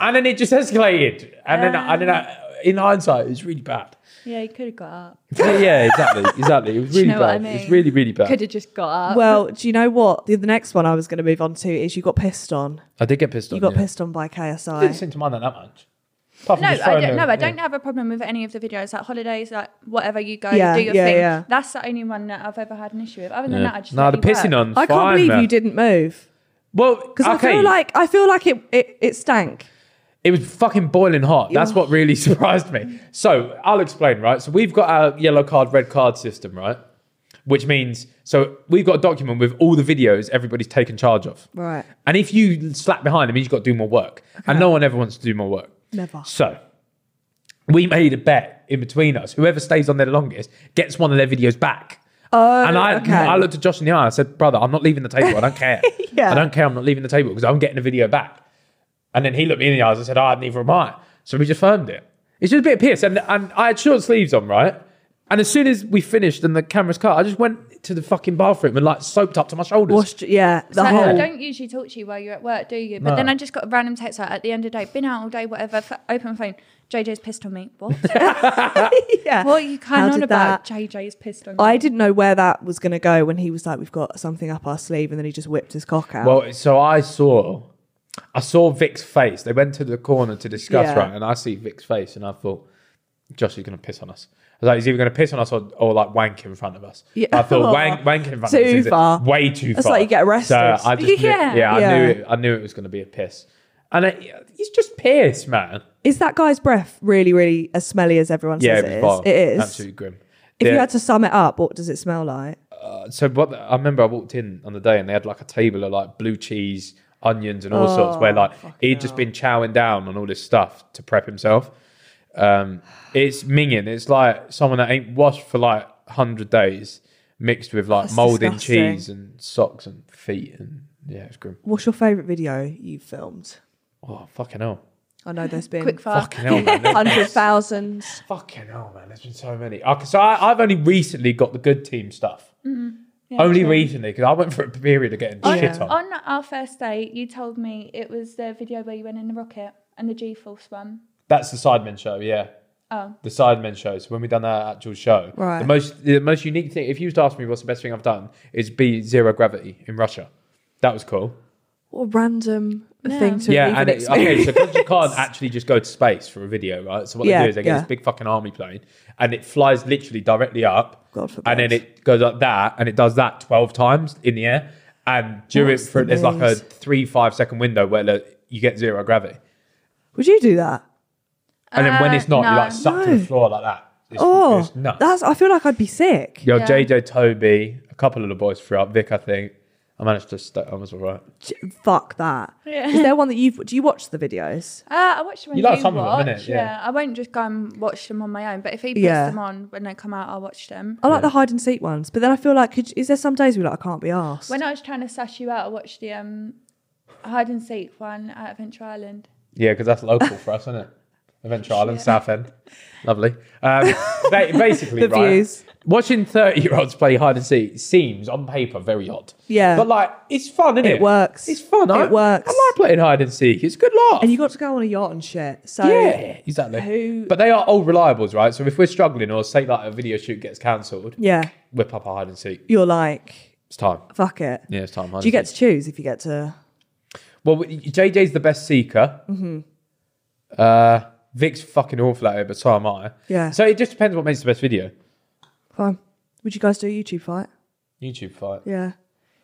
[SPEAKER 3] and then it just escalated. And then, I, and then
[SPEAKER 5] Um,
[SPEAKER 3] I, in hindsight, it was really bad.
[SPEAKER 4] Yeah, you could have got up.
[SPEAKER 3] yeah, exactly. Exactly. It was really
[SPEAKER 4] know what I
[SPEAKER 3] bad. It was
[SPEAKER 4] mean?
[SPEAKER 3] really, really bad.
[SPEAKER 4] Could have just got up.
[SPEAKER 5] Well, do you know what? The, the next one I was going to move on to is you got pissed on.
[SPEAKER 3] I did get pissed on.
[SPEAKER 5] You got
[SPEAKER 3] yeah.
[SPEAKER 5] pissed on by
[SPEAKER 3] I didn't
[SPEAKER 5] KSI.
[SPEAKER 3] seem to mind that that much. Apart from
[SPEAKER 4] no,
[SPEAKER 3] just
[SPEAKER 4] I
[SPEAKER 3] throwing
[SPEAKER 4] don't.
[SPEAKER 3] them-
[SPEAKER 4] No,
[SPEAKER 3] yeah.
[SPEAKER 4] I don't have a problem with any of the videos, like holidays, like whatever you go,
[SPEAKER 5] Yeah,
[SPEAKER 4] do your
[SPEAKER 5] yeah,
[SPEAKER 4] thing.
[SPEAKER 5] yeah.
[SPEAKER 4] That's the only one that I've ever had an issue with. Other than that, I
[SPEAKER 3] Yeah.
[SPEAKER 4] just
[SPEAKER 3] No,
[SPEAKER 4] let
[SPEAKER 3] the
[SPEAKER 4] you work.
[SPEAKER 3] pissing on.
[SPEAKER 5] I can't
[SPEAKER 3] fine,
[SPEAKER 5] believe
[SPEAKER 3] man.
[SPEAKER 5] you didn't move
[SPEAKER 3] Well,
[SPEAKER 5] because
[SPEAKER 3] okay.
[SPEAKER 5] I feel like I feel like it it, it stank.
[SPEAKER 3] It was fucking boiling hot. That's what really surprised me. So I'll explain, right? So we've got our yellow card, red card system, right? Which means, so we've got a document with all the videos everybody's taken charge of.
[SPEAKER 5] Right.
[SPEAKER 3] And if you slap behind them, you've got to do more work. And no one ever wants to do more work.
[SPEAKER 5] Never.
[SPEAKER 3] So we made a bet in between us. Whoever stays on there the longest gets one of their videos back.
[SPEAKER 5] Oh,
[SPEAKER 3] and I,
[SPEAKER 5] okay.
[SPEAKER 3] I looked at Josh in the eye. I said, "Brother, I'm not leaving the table. I don't care.
[SPEAKER 5] Yeah.
[SPEAKER 3] I don't care. I'm not leaving the table because I'm getting the video back." And then he looked me in the eyes and said, "Ah, neither am I." So we just firmed it. It's just a bit of piss, and and I had short sleeves on, right? And as soon as we finished and the cameras cut, I just went to the fucking bathroom and like soaped up to my shoulders.
[SPEAKER 5] Washed, yeah, the
[SPEAKER 4] So I
[SPEAKER 5] whole.
[SPEAKER 4] don't usually talk to you while you're at work, do you? But then I just got a random text like, at the end of the day, been out all day, whatever. F- open my phone. JJ's pissed on me. What?
[SPEAKER 5] yeah.
[SPEAKER 4] what are you
[SPEAKER 5] How
[SPEAKER 4] kind on
[SPEAKER 5] did
[SPEAKER 4] about?
[SPEAKER 5] that-
[SPEAKER 4] JJ's pissed on me.
[SPEAKER 5] I didn't know where that was going to go when he was like, "We've got something up our sleeve," and then he just whipped his cock out.
[SPEAKER 3] Well, so I saw, I saw Vic's face. They went to the corner to discuss,
[SPEAKER 5] Yeah.
[SPEAKER 3] right? And I see Vic's face, and I thought, Josh is going to piss on us. I was like, he's either going to piss on us or, or like wank in front of us.
[SPEAKER 5] Yeah.
[SPEAKER 3] I thought wank, wank in front of us
[SPEAKER 5] Too
[SPEAKER 3] is
[SPEAKER 5] far.
[SPEAKER 3] way too
[SPEAKER 5] That's
[SPEAKER 3] far.
[SPEAKER 5] like you get arrested.
[SPEAKER 3] So I just
[SPEAKER 4] Yeah.
[SPEAKER 3] knew, yeah, I
[SPEAKER 5] Yeah.
[SPEAKER 3] knew it. I knew it was going to be a piss, and it, it's just piss, man.
[SPEAKER 5] is that guy's breath really, really as smelly as everyone
[SPEAKER 3] Yeah,
[SPEAKER 5] says
[SPEAKER 3] it was
[SPEAKER 5] it is?
[SPEAKER 3] vile.
[SPEAKER 5] It is.
[SPEAKER 3] absolutely grim.
[SPEAKER 5] If you
[SPEAKER 3] Yeah.
[SPEAKER 5] had to sum it up, what does it smell like?
[SPEAKER 3] so what I remember I walked in on the day and they had like a table of like blue cheese, onions, and all sorts
[SPEAKER 5] Oh,
[SPEAKER 3] where like he'd just been chowing down on all this stuff to prep himself. Um, it's minging. It's like someone that ain't washed for like hundred days, mixed with like
[SPEAKER 5] That's
[SPEAKER 3] mold in
[SPEAKER 5] disgusting.
[SPEAKER 3] cheese and socks and feet and yeah, it's grim.
[SPEAKER 5] What's your favourite video you filmed?
[SPEAKER 3] Oh fucking hell!
[SPEAKER 5] I know there's been
[SPEAKER 4] Quick fire.
[SPEAKER 3] Fucking hell, man. There's-
[SPEAKER 5] Uh, hundred thousands.
[SPEAKER 3] Fucking hell, man. There's been so many. Okay, so I, I've only recently got the good team stuff.
[SPEAKER 5] Mm-hmm.
[SPEAKER 3] only recently because I went for a period of
[SPEAKER 5] Oh,
[SPEAKER 3] getting
[SPEAKER 4] On,
[SPEAKER 3] shit on.
[SPEAKER 4] on our first date, you told me it was the video where you went in the rocket and the G Force one.
[SPEAKER 3] That's the Sidemen show, yeah.
[SPEAKER 4] Oh.
[SPEAKER 3] The Sidemen show. So when we done our actual show,
[SPEAKER 5] Right.
[SPEAKER 3] the most the most unique thing, if you was to ask me what's the best thing I've done, is be zero gravity in Russia. That was cool.
[SPEAKER 5] What a random thing to
[SPEAKER 3] yeah,
[SPEAKER 5] even
[SPEAKER 3] and it,
[SPEAKER 5] experience.
[SPEAKER 3] okay, so 'cause you can't actually just go to space for a video, right? So what
[SPEAKER 5] Yeah,
[SPEAKER 3] they do is they get
[SPEAKER 5] yeah.
[SPEAKER 3] this big fucking army plane, and it flies literally directly up,
[SPEAKER 5] God forbid.
[SPEAKER 3] and then it goes like that, and it does that twelve times in the air, and during
[SPEAKER 5] What's
[SPEAKER 3] for,
[SPEAKER 5] the
[SPEAKER 3] there's like a
[SPEAKER 5] news?
[SPEAKER 3] three five second window where like, you get zero gravity,
[SPEAKER 5] Would you do that?
[SPEAKER 3] and then when
[SPEAKER 4] Uh,
[SPEAKER 3] it's not, you're
[SPEAKER 4] no.
[SPEAKER 3] like sucked to the
[SPEAKER 5] No.
[SPEAKER 3] floor like that. It's,
[SPEAKER 5] Oh,
[SPEAKER 3] it's nuts.
[SPEAKER 5] that's. I feel like I'd be sick.
[SPEAKER 3] Yo,
[SPEAKER 4] Yeah.
[SPEAKER 3] JJ, Toby, a couple of the boys threw up. Vic, I think. I managed to stay. I was all right.
[SPEAKER 5] J- Fuck that.
[SPEAKER 4] Yeah.
[SPEAKER 5] Is there one that you've? Do you watch the videos?
[SPEAKER 4] Uh, I watch them when
[SPEAKER 3] You
[SPEAKER 4] you,
[SPEAKER 3] like some of them,
[SPEAKER 4] watch.
[SPEAKER 3] innit?
[SPEAKER 4] yeah.
[SPEAKER 3] Yeah.
[SPEAKER 4] I won't just go and watch them on my own. But if he puts
[SPEAKER 5] Yeah.
[SPEAKER 4] them on when they come out, I'll watch them.
[SPEAKER 5] I like the hide and seek ones, but then I feel like, could, is there some days where like I can't be asked?
[SPEAKER 4] When I was trying to sash you out, I watched the um, hide and seek one at Adventure Island.
[SPEAKER 3] Yeah, because that's local for us, isn't it? Adventure Island, Southend. Lovely. Um, ba- basically,
[SPEAKER 5] The
[SPEAKER 3] right,
[SPEAKER 5] views.
[SPEAKER 3] watching 30 year olds play hide and seek seems on paper very odd.
[SPEAKER 5] Yeah.
[SPEAKER 3] But like, it's fun, isn't it?
[SPEAKER 5] It works.
[SPEAKER 3] It's fun.
[SPEAKER 5] It
[SPEAKER 3] I,
[SPEAKER 5] works.
[SPEAKER 3] I like playing hide and seek. It's a good laugh.
[SPEAKER 5] and you got to go on a yacht and shit. So
[SPEAKER 3] yeah, exactly.
[SPEAKER 5] who-
[SPEAKER 3] But they are all reliables, right? So if we're struggling, or say like a video shoot gets cancelled,
[SPEAKER 5] yeah,
[SPEAKER 3] whip up a hide and seek.
[SPEAKER 5] you're like,
[SPEAKER 3] It's time.
[SPEAKER 5] fuck it.
[SPEAKER 3] Yeah, it's time. hide
[SPEAKER 5] Do you
[SPEAKER 3] and
[SPEAKER 5] get
[SPEAKER 3] seek.
[SPEAKER 5] to choose if you get to?
[SPEAKER 3] Well, JJ's the best seeker.
[SPEAKER 5] Mm-hmm.
[SPEAKER 3] Uh, Vic's fucking awful at it, but so am I.
[SPEAKER 5] Yeah.
[SPEAKER 3] So it just depends what makes the best video.
[SPEAKER 5] Fine. Would you guys do a YouTube fight?
[SPEAKER 3] YouTube fight.
[SPEAKER 5] Yeah.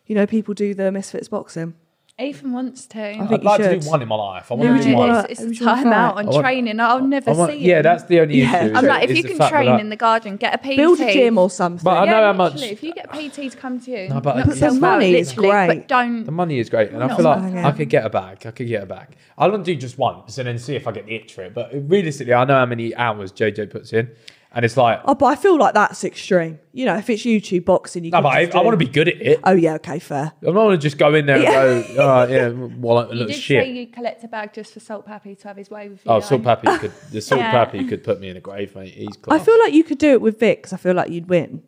[SPEAKER 5] You know, people do the Misfits boxing.
[SPEAKER 4] Ethan wants to.
[SPEAKER 5] think
[SPEAKER 3] I'd
[SPEAKER 5] you
[SPEAKER 3] like to
[SPEAKER 5] should.
[SPEAKER 3] do one in my life. I
[SPEAKER 4] No,
[SPEAKER 3] want to do
[SPEAKER 4] it's-
[SPEAKER 5] you
[SPEAKER 3] one.
[SPEAKER 5] wanna-
[SPEAKER 4] it's
[SPEAKER 5] who would
[SPEAKER 4] the
[SPEAKER 5] you wanna
[SPEAKER 4] time out
[SPEAKER 5] fight?
[SPEAKER 4] on
[SPEAKER 3] I want-
[SPEAKER 4] training. I'll never
[SPEAKER 3] I want-
[SPEAKER 4] see
[SPEAKER 3] yeah,
[SPEAKER 4] him.
[SPEAKER 3] that's the only
[SPEAKER 5] Yeah.
[SPEAKER 3] issue.
[SPEAKER 4] I'm
[SPEAKER 3] is
[SPEAKER 4] like,
[SPEAKER 3] the
[SPEAKER 4] if you can
[SPEAKER 3] fact that,
[SPEAKER 4] train
[SPEAKER 3] like-
[SPEAKER 4] in the garden, get a PT.
[SPEAKER 5] Build a gym or something.
[SPEAKER 3] But I know
[SPEAKER 4] yeah,
[SPEAKER 3] how much
[SPEAKER 4] literally, If you get PT to come to you,
[SPEAKER 3] No, but
[SPEAKER 4] knock
[SPEAKER 3] the
[SPEAKER 4] yourself out,
[SPEAKER 5] money is
[SPEAKER 4] literally,
[SPEAKER 5] great.
[SPEAKER 4] But don't.
[SPEAKER 3] the money is great, and I
[SPEAKER 4] Not
[SPEAKER 3] feel like
[SPEAKER 5] buying
[SPEAKER 3] I
[SPEAKER 5] it.
[SPEAKER 3] could get a bag. I could get a bag. I don't do just once and then see if I get the itch for it. But realistically, I know how many hours JJ puts in, and it's like,
[SPEAKER 5] Oh, but I feel like that's extreme. You know, if it's YouTube boxing, you
[SPEAKER 3] no,
[SPEAKER 5] can
[SPEAKER 3] but I,
[SPEAKER 5] just do-
[SPEAKER 3] I want to be good at it.
[SPEAKER 5] Oh yeah, okay, fair.
[SPEAKER 3] I'm not going to just go in there and
[SPEAKER 5] Yeah.
[SPEAKER 3] go, oh, yeah, well, it
[SPEAKER 4] You
[SPEAKER 3] looks
[SPEAKER 4] did
[SPEAKER 3] shit.
[SPEAKER 4] say you collect a bag just for Salt Pappy to have his way with you.
[SPEAKER 3] Oh,
[SPEAKER 4] though.
[SPEAKER 3] Salt Pappy could the Salt
[SPEAKER 4] Yeah.
[SPEAKER 3] Pappy could put me in a grave, mate. He's
[SPEAKER 5] I
[SPEAKER 3] class.
[SPEAKER 5] feel like you could do it with Vic 'cause I feel like you'd win.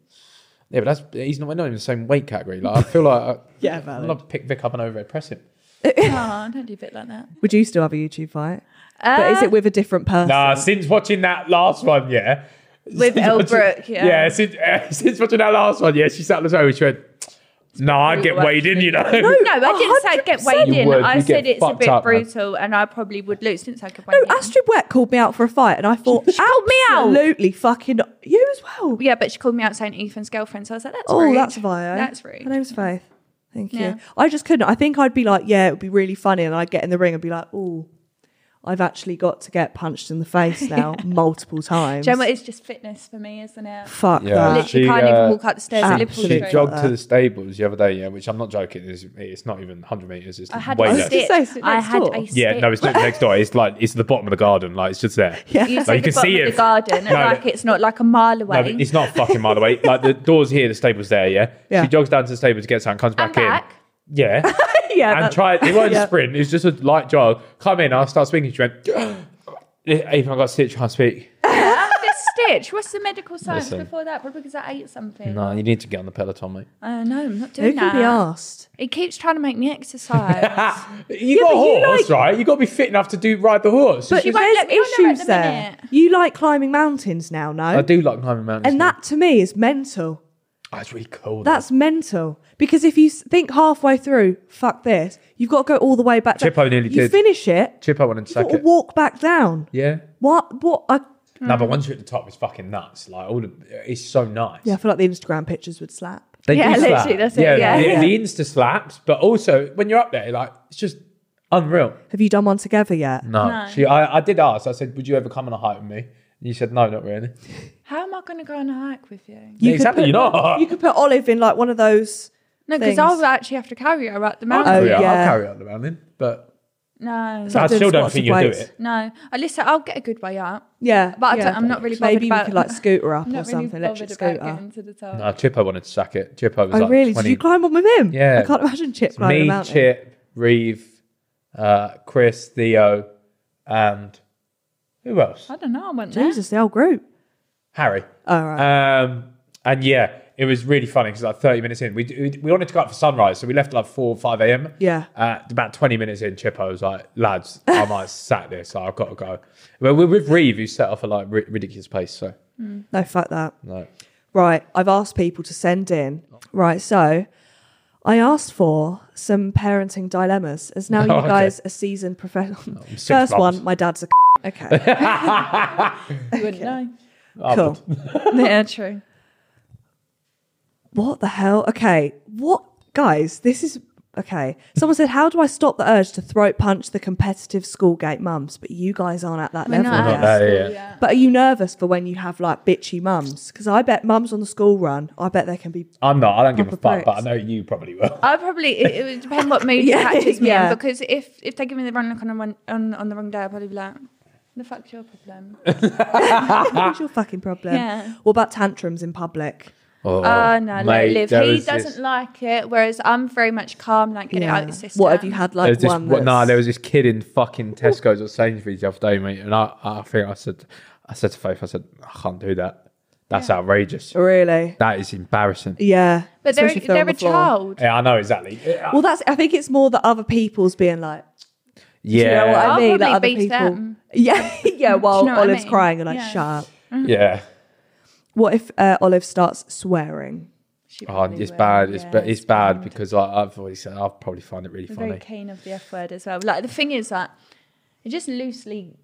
[SPEAKER 3] yeah, but that's he's not we're not in the same weight category. Like I feel like I,
[SPEAKER 5] Yeah,
[SPEAKER 3] I'm
[SPEAKER 5] valid.
[SPEAKER 3] not pick Vic up and overhead press him.
[SPEAKER 4] Oh, don't do a bit like that.
[SPEAKER 5] Would you still have a YouTube fight? but is it with a different person?
[SPEAKER 3] Nah, since watching that last one, yeah.
[SPEAKER 4] With
[SPEAKER 3] Since
[SPEAKER 4] Elle
[SPEAKER 3] watching-
[SPEAKER 4] Brooke, yeah.
[SPEAKER 3] Yeah, since, uh, since watching that last one, yeah, she sat on the sofa and she went, No, I get
[SPEAKER 4] brutal,
[SPEAKER 3] weighed in, you know.
[SPEAKER 4] No, I didn't say I'd get weighed
[SPEAKER 3] You
[SPEAKER 4] in.
[SPEAKER 3] would,
[SPEAKER 4] I
[SPEAKER 3] you'd get
[SPEAKER 4] said it's a
[SPEAKER 3] fucked
[SPEAKER 4] bit
[SPEAKER 3] up, man.
[SPEAKER 4] brutal and I probably would lose since I could weigh
[SPEAKER 5] No,
[SPEAKER 4] in.
[SPEAKER 5] Astrid Wet called me out for a fight, and I thought,
[SPEAKER 4] called me out.
[SPEAKER 5] absolutely fucking you as well.
[SPEAKER 4] yeah, but she called me out saying Ethan's girlfriend. So I was like, that's
[SPEAKER 5] Oh,
[SPEAKER 4] rude.
[SPEAKER 5] that's vile.
[SPEAKER 4] That's
[SPEAKER 5] My
[SPEAKER 4] rude.
[SPEAKER 5] name's Faith. Thank
[SPEAKER 4] Yeah.
[SPEAKER 5] you. I just couldn't. I think I'd be like, yeah, it would be really funny, and I'd get in the ring and be like, oh, I've actually got to get punched in the face now multiple times.
[SPEAKER 4] Gemma is just fitness for me, isn't it?
[SPEAKER 5] Fuck
[SPEAKER 3] Yeah.
[SPEAKER 5] that.
[SPEAKER 4] Literally
[SPEAKER 3] She,
[SPEAKER 4] can't
[SPEAKER 3] uh,
[SPEAKER 4] even walk up the stairs at Liverpool
[SPEAKER 3] She
[SPEAKER 5] Literally.
[SPEAKER 4] Street.
[SPEAKER 3] jogged
[SPEAKER 5] Uh,
[SPEAKER 3] to the stables the other day, yeah, which I'm not joking. It's, it's not even 100 meters. It's
[SPEAKER 4] I had
[SPEAKER 3] way
[SPEAKER 4] a
[SPEAKER 3] less.
[SPEAKER 5] just
[SPEAKER 4] stick.
[SPEAKER 5] saying, sit
[SPEAKER 4] I
[SPEAKER 5] next
[SPEAKER 4] had
[SPEAKER 5] door.
[SPEAKER 4] a stick.
[SPEAKER 3] Yeah, no, it's not next door. It's like it's the bottom of the garden. Like it's just there.
[SPEAKER 5] Yeah.
[SPEAKER 4] You,
[SPEAKER 5] Like,
[SPEAKER 4] say
[SPEAKER 3] you
[SPEAKER 4] the
[SPEAKER 3] can
[SPEAKER 4] bottom
[SPEAKER 3] see
[SPEAKER 4] of
[SPEAKER 3] it.
[SPEAKER 4] the garden,
[SPEAKER 3] No,
[SPEAKER 4] like
[SPEAKER 3] but-
[SPEAKER 4] it's not like a mile
[SPEAKER 3] No,
[SPEAKER 4] away.
[SPEAKER 3] but it's not a fucking mile away. Like the door's here, the stable's there. Yeah.
[SPEAKER 5] Yeah.
[SPEAKER 3] She jogs down to the stable to get something, comes
[SPEAKER 4] I'm
[SPEAKER 3] back,
[SPEAKER 4] back.
[SPEAKER 3] in. Yeah.
[SPEAKER 5] Yeah,
[SPEAKER 3] and
[SPEAKER 5] that-
[SPEAKER 3] tried. It wasn't
[SPEAKER 5] Yeah.
[SPEAKER 3] a sprint. It was just a light jog. Come in. I'll start speaking. She went. Even I got a stitch. Can't speak.
[SPEAKER 4] It's stitch. What's the medical science
[SPEAKER 3] Listen.
[SPEAKER 4] before that? Probably because I ate something.
[SPEAKER 3] No, you need to get on the peloton, mate.
[SPEAKER 4] Uh, no, I'm not doing
[SPEAKER 5] Who
[SPEAKER 4] that.
[SPEAKER 5] can be asked?
[SPEAKER 4] It keeps trying to make me exercise.
[SPEAKER 3] You got a
[SPEAKER 5] but you
[SPEAKER 3] horse,
[SPEAKER 5] like-
[SPEAKER 3] right? You got to be fit enough to do ride the horse.
[SPEAKER 5] But
[SPEAKER 4] She won't
[SPEAKER 5] there's
[SPEAKER 4] let me on her at
[SPEAKER 5] issues
[SPEAKER 4] the
[SPEAKER 5] there.
[SPEAKER 4] minute.
[SPEAKER 5] You like climbing mountains now, no?
[SPEAKER 3] I do like climbing mountains.
[SPEAKER 5] and
[SPEAKER 3] though.
[SPEAKER 5] that to me is mental.
[SPEAKER 3] Oh, it's really cool. though.
[SPEAKER 5] That's mental. Because if you s- think halfway through, fuck this, you've got to go all the way back. down.
[SPEAKER 3] Chippo nearly
[SPEAKER 5] you
[SPEAKER 3] did.
[SPEAKER 5] finish it,
[SPEAKER 3] Chippo wanted
[SPEAKER 5] you've got to
[SPEAKER 3] second.
[SPEAKER 5] walk back down.
[SPEAKER 3] Yeah.
[SPEAKER 5] What? What? I,
[SPEAKER 3] No, but once you're at the top, it's fucking nuts. Like all the, it's so nice.
[SPEAKER 5] yeah, I feel like the Instagram pictures would slap.
[SPEAKER 3] They
[SPEAKER 4] Yeah,
[SPEAKER 3] do
[SPEAKER 4] literally,
[SPEAKER 3] slap.
[SPEAKER 4] that's it, yeah.
[SPEAKER 3] the-
[SPEAKER 4] Yeah.
[SPEAKER 3] the insta slaps, but also when you're up there, like it's just unreal.
[SPEAKER 5] Have you done one together yet?
[SPEAKER 3] No,
[SPEAKER 4] No.
[SPEAKER 3] she. I, I did ask. I said, "Would you ever come on a hike with me?" And you said, "No, not really."
[SPEAKER 4] How am I going to go on a hike with you?
[SPEAKER 5] You could
[SPEAKER 3] exactly,
[SPEAKER 5] put-
[SPEAKER 3] you're not.
[SPEAKER 5] You could put Olive in like one of those.
[SPEAKER 4] No,
[SPEAKER 5] Things.
[SPEAKER 4] because I'll actually have to carry her up the
[SPEAKER 3] I'll
[SPEAKER 4] mountain.
[SPEAKER 5] Oh,
[SPEAKER 3] carry out-
[SPEAKER 5] yeah.
[SPEAKER 3] I'll carry out the mountain, but
[SPEAKER 4] No,
[SPEAKER 5] like
[SPEAKER 3] I
[SPEAKER 5] doing
[SPEAKER 3] still don't
[SPEAKER 5] squats
[SPEAKER 3] think
[SPEAKER 5] with
[SPEAKER 3] you'll do
[SPEAKER 5] weights.
[SPEAKER 3] it.
[SPEAKER 4] no. Uh, Listen, I'll get a good way up.
[SPEAKER 5] Yeah,
[SPEAKER 4] But I
[SPEAKER 5] yeah.
[SPEAKER 4] don't- I'm not really bothered
[SPEAKER 5] Maybe
[SPEAKER 4] about-
[SPEAKER 5] we could like scooter up or
[SPEAKER 4] I'm not really
[SPEAKER 5] something,
[SPEAKER 4] bothered
[SPEAKER 5] electric
[SPEAKER 4] about
[SPEAKER 5] scooter.
[SPEAKER 4] getting to the top.
[SPEAKER 3] no, Chippo wanted to sack it. Chippo was
[SPEAKER 5] Oh
[SPEAKER 3] like
[SPEAKER 5] really?
[SPEAKER 3] 20.
[SPEAKER 5] Did you climb on with him?
[SPEAKER 3] Yeah.
[SPEAKER 5] I can't imagine Chip
[SPEAKER 3] It's
[SPEAKER 5] climbing a
[SPEAKER 3] me,
[SPEAKER 5] mountain.
[SPEAKER 3] Chip, Reeve, uh, Chris, Theo, and who else?
[SPEAKER 4] I don't know. I went there.
[SPEAKER 5] Jesus, the whole group.
[SPEAKER 3] Harry.
[SPEAKER 5] All right.
[SPEAKER 3] Um, and yeah, it was really funny because like 30 minutes in, we, we we wanted to go up for sunrise, so we left at like 4 or 5 a.m.
[SPEAKER 5] Yeah.
[SPEAKER 3] Uh, about 20 minutes in, Chippo was like, lads, I might sack this, so I've got to go. But we're with Reeve, who set off a like ri- ridiculous pace, so
[SPEAKER 5] no, fuck that.
[SPEAKER 3] no.
[SPEAKER 5] Right, I've asked people to send in.
[SPEAKER 3] Oh.
[SPEAKER 5] Right, so I asked for some parenting dilemmas. As now
[SPEAKER 3] Oh,
[SPEAKER 5] you
[SPEAKER 3] okay. Oh,
[SPEAKER 5] guys are seasoned professional.
[SPEAKER 3] six
[SPEAKER 5] First
[SPEAKER 3] months.
[SPEAKER 5] one, my dad's a. c- Okay,
[SPEAKER 4] You wouldn't know.
[SPEAKER 5] cool.
[SPEAKER 4] yeah, true.
[SPEAKER 5] What the hell? Okay, what guys? This is okay. Someone said, "How do I stop the urge to throat punch the competitive school gate mums?" But you guys aren't at that
[SPEAKER 4] We're
[SPEAKER 5] level.
[SPEAKER 4] not
[SPEAKER 3] Not
[SPEAKER 5] yet.
[SPEAKER 4] at
[SPEAKER 3] that
[SPEAKER 4] school
[SPEAKER 3] yet.
[SPEAKER 4] yet.
[SPEAKER 5] But are you nervous for when you have like bitchy mums? Because I bet mums on the school run, I bet they can be.
[SPEAKER 3] I'm not, I don't give a
[SPEAKER 5] Proper
[SPEAKER 3] fuck, but I
[SPEAKER 5] bricks.
[SPEAKER 3] know you probably will.
[SPEAKER 4] I probably it, it would depend what mood
[SPEAKER 5] Yeah,
[SPEAKER 4] catches me
[SPEAKER 5] yeah.
[SPEAKER 4] in because if if they give me the wrong look on, a one- on on the wrong day, I'll probably be like, "The fuck's your problem?"
[SPEAKER 3] Ah.
[SPEAKER 5] What's "Oh, your fucking problem?
[SPEAKER 4] Yeah.
[SPEAKER 5] What about tantrums in public?
[SPEAKER 3] Oh,
[SPEAKER 4] Oh no,
[SPEAKER 3] mate,
[SPEAKER 4] let live.
[SPEAKER 3] there
[SPEAKER 4] He
[SPEAKER 3] was
[SPEAKER 4] doesn't
[SPEAKER 3] this-
[SPEAKER 4] like it, whereas I'm very much calm, like get it out of your system.
[SPEAKER 5] What have you had
[SPEAKER 3] There was
[SPEAKER 5] like
[SPEAKER 3] this,
[SPEAKER 5] one?
[SPEAKER 3] what- nah,
[SPEAKER 5] that's-
[SPEAKER 3] there was this kid in fucking Tesco's or Sainsbury's the other day, mate, and I, I think I said, I said to Faith, I said, I can't do that. That's outrageous.
[SPEAKER 5] Really?
[SPEAKER 3] That is embarrassing.
[SPEAKER 5] Yeah.
[SPEAKER 4] But they're,
[SPEAKER 5] especially if on
[SPEAKER 4] they're a
[SPEAKER 5] the floor.
[SPEAKER 4] child.
[SPEAKER 3] Yeah, I know exactly. Yeah,
[SPEAKER 5] Well, that's. I think it's more that other people's being like,
[SPEAKER 3] yeah,
[SPEAKER 5] you know what I
[SPEAKER 4] I'll
[SPEAKER 5] mean? That
[SPEAKER 4] probably
[SPEAKER 5] other
[SPEAKER 4] beat
[SPEAKER 5] people.
[SPEAKER 4] them.
[SPEAKER 5] Yeah, yeah. While
[SPEAKER 4] know what I
[SPEAKER 5] Olive's
[SPEAKER 4] mean?
[SPEAKER 5] crying and like,
[SPEAKER 4] Yeah.
[SPEAKER 5] shut up.
[SPEAKER 3] yeah.
[SPEAKER 5] What if uh, Olive starts swearing?
[SPEAKER 4] She
[SPEAKER 3] Oh,
[SPEAKER 4] probably
[SPEAKER 3] it's
[SPEAKER 4] will,
[SPEAKER 3] bad. It's ba-
[SPEAKER 4] yeah,
[SPEAKER 3] it's bad
[SPEAKER 4] fine.
[SPEAKER 3] because I, I've always said I'll probably find it really
[SPEAKER 4] We're
[SPEAKER 3] funny.
[SPEAKER 4] very keen of the F word as well. Like the thing is that it just loosely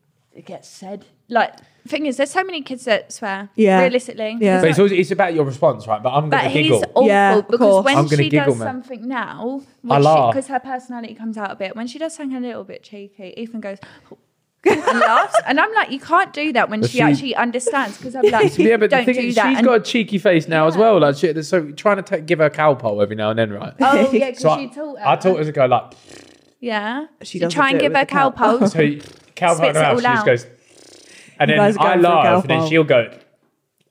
[SPEAKER 4] gets said. Like the thing is, there's so many kids that swear.
[SPEAKER 5] Yeah.
[SPEAKER 4] realistically.
[SPEAKER 5] Yeah.
[SPEAKER 3] But it's, always, it's about your response, right? But I'm
[SPEAKER 4] But
[SPEAKER 3] gonna giggle.
[SPEAKER 4] he's awful
[SPEAKER 5] Yeah, of
[SPEAKER 4] because
[SPEAKER 5] course.
[SPEAKER 4] when
[SPEAKER 3] I'm
[SPEAKER 4] she
[SPEAKER 3] gonna giggle,
[SPEAKER 4] does
[SPEAKER 3] man.
[SPEAKER 4] something now,
[SPEAKER 3] laugh.
[SPEAKER 4] because her personality comes out a bit, when she does something a little bit cheeky, Ethan goes and laughs, and I'm like, you can't do that when
[SPEAKER 3] But
[SPEAKER 4] she,
[SPEAKER 3] she-
[SPEAKER 4] actually understands because I'm like,
[SPEAKER 3] yeah, but the
[SPEAKER 4] don't
[SPEAKER 3] thing
[SPEAKER 4] do
[SPEAKER 3] is,
[SPEAKER 4] that.
[SPEAKER 3] she's
[SPEAKER 4] and,
[SPEAKER 3] got a cheeky face now as well. Like, she, so trying to take, give her a cow poll every now and then, right?
[SPEAKER 4] oh yeah, because
[SPEAKER 3] So
[SPEAKER 4] you
[SPEAKER 3] I,
[SPEAKER 4] taught her.
[SPEAKER 3] I taught her to go like,
[SPEAKER 4] Yeah,
[SPEAKER 5] She
[SPEAKER 4] so
[SPEAKER 5] doesn't
[SPEAKER 4] try and
[SPEAKER 5] do it
[SPEAKER 4] give
[SPEAKER 5] with
[SPEAKER 4] her
[SPEAKER 5] the cow.
[SPEAKER 4] cow pulse.
[SPEAKER 3] so you- cow
[SPEAKER 4] Spits
[SPEAKER 3] poll
[SPEAKER 4] it
[SPEAKER 3] in her mouth, she
[SPEAKER 4] all
[SPEAKER 3] just
[SPEAKER 4] out.
[SPEAKER 3] goes, and then
[SPEAKER 5] guys are
[SPEAKER 3] I
[SPEAKER 5] going for a cow
[SPEAKER 3] laugh, and then
[SPEAKER 5] poll.
[SPEAKER 3] she'll go,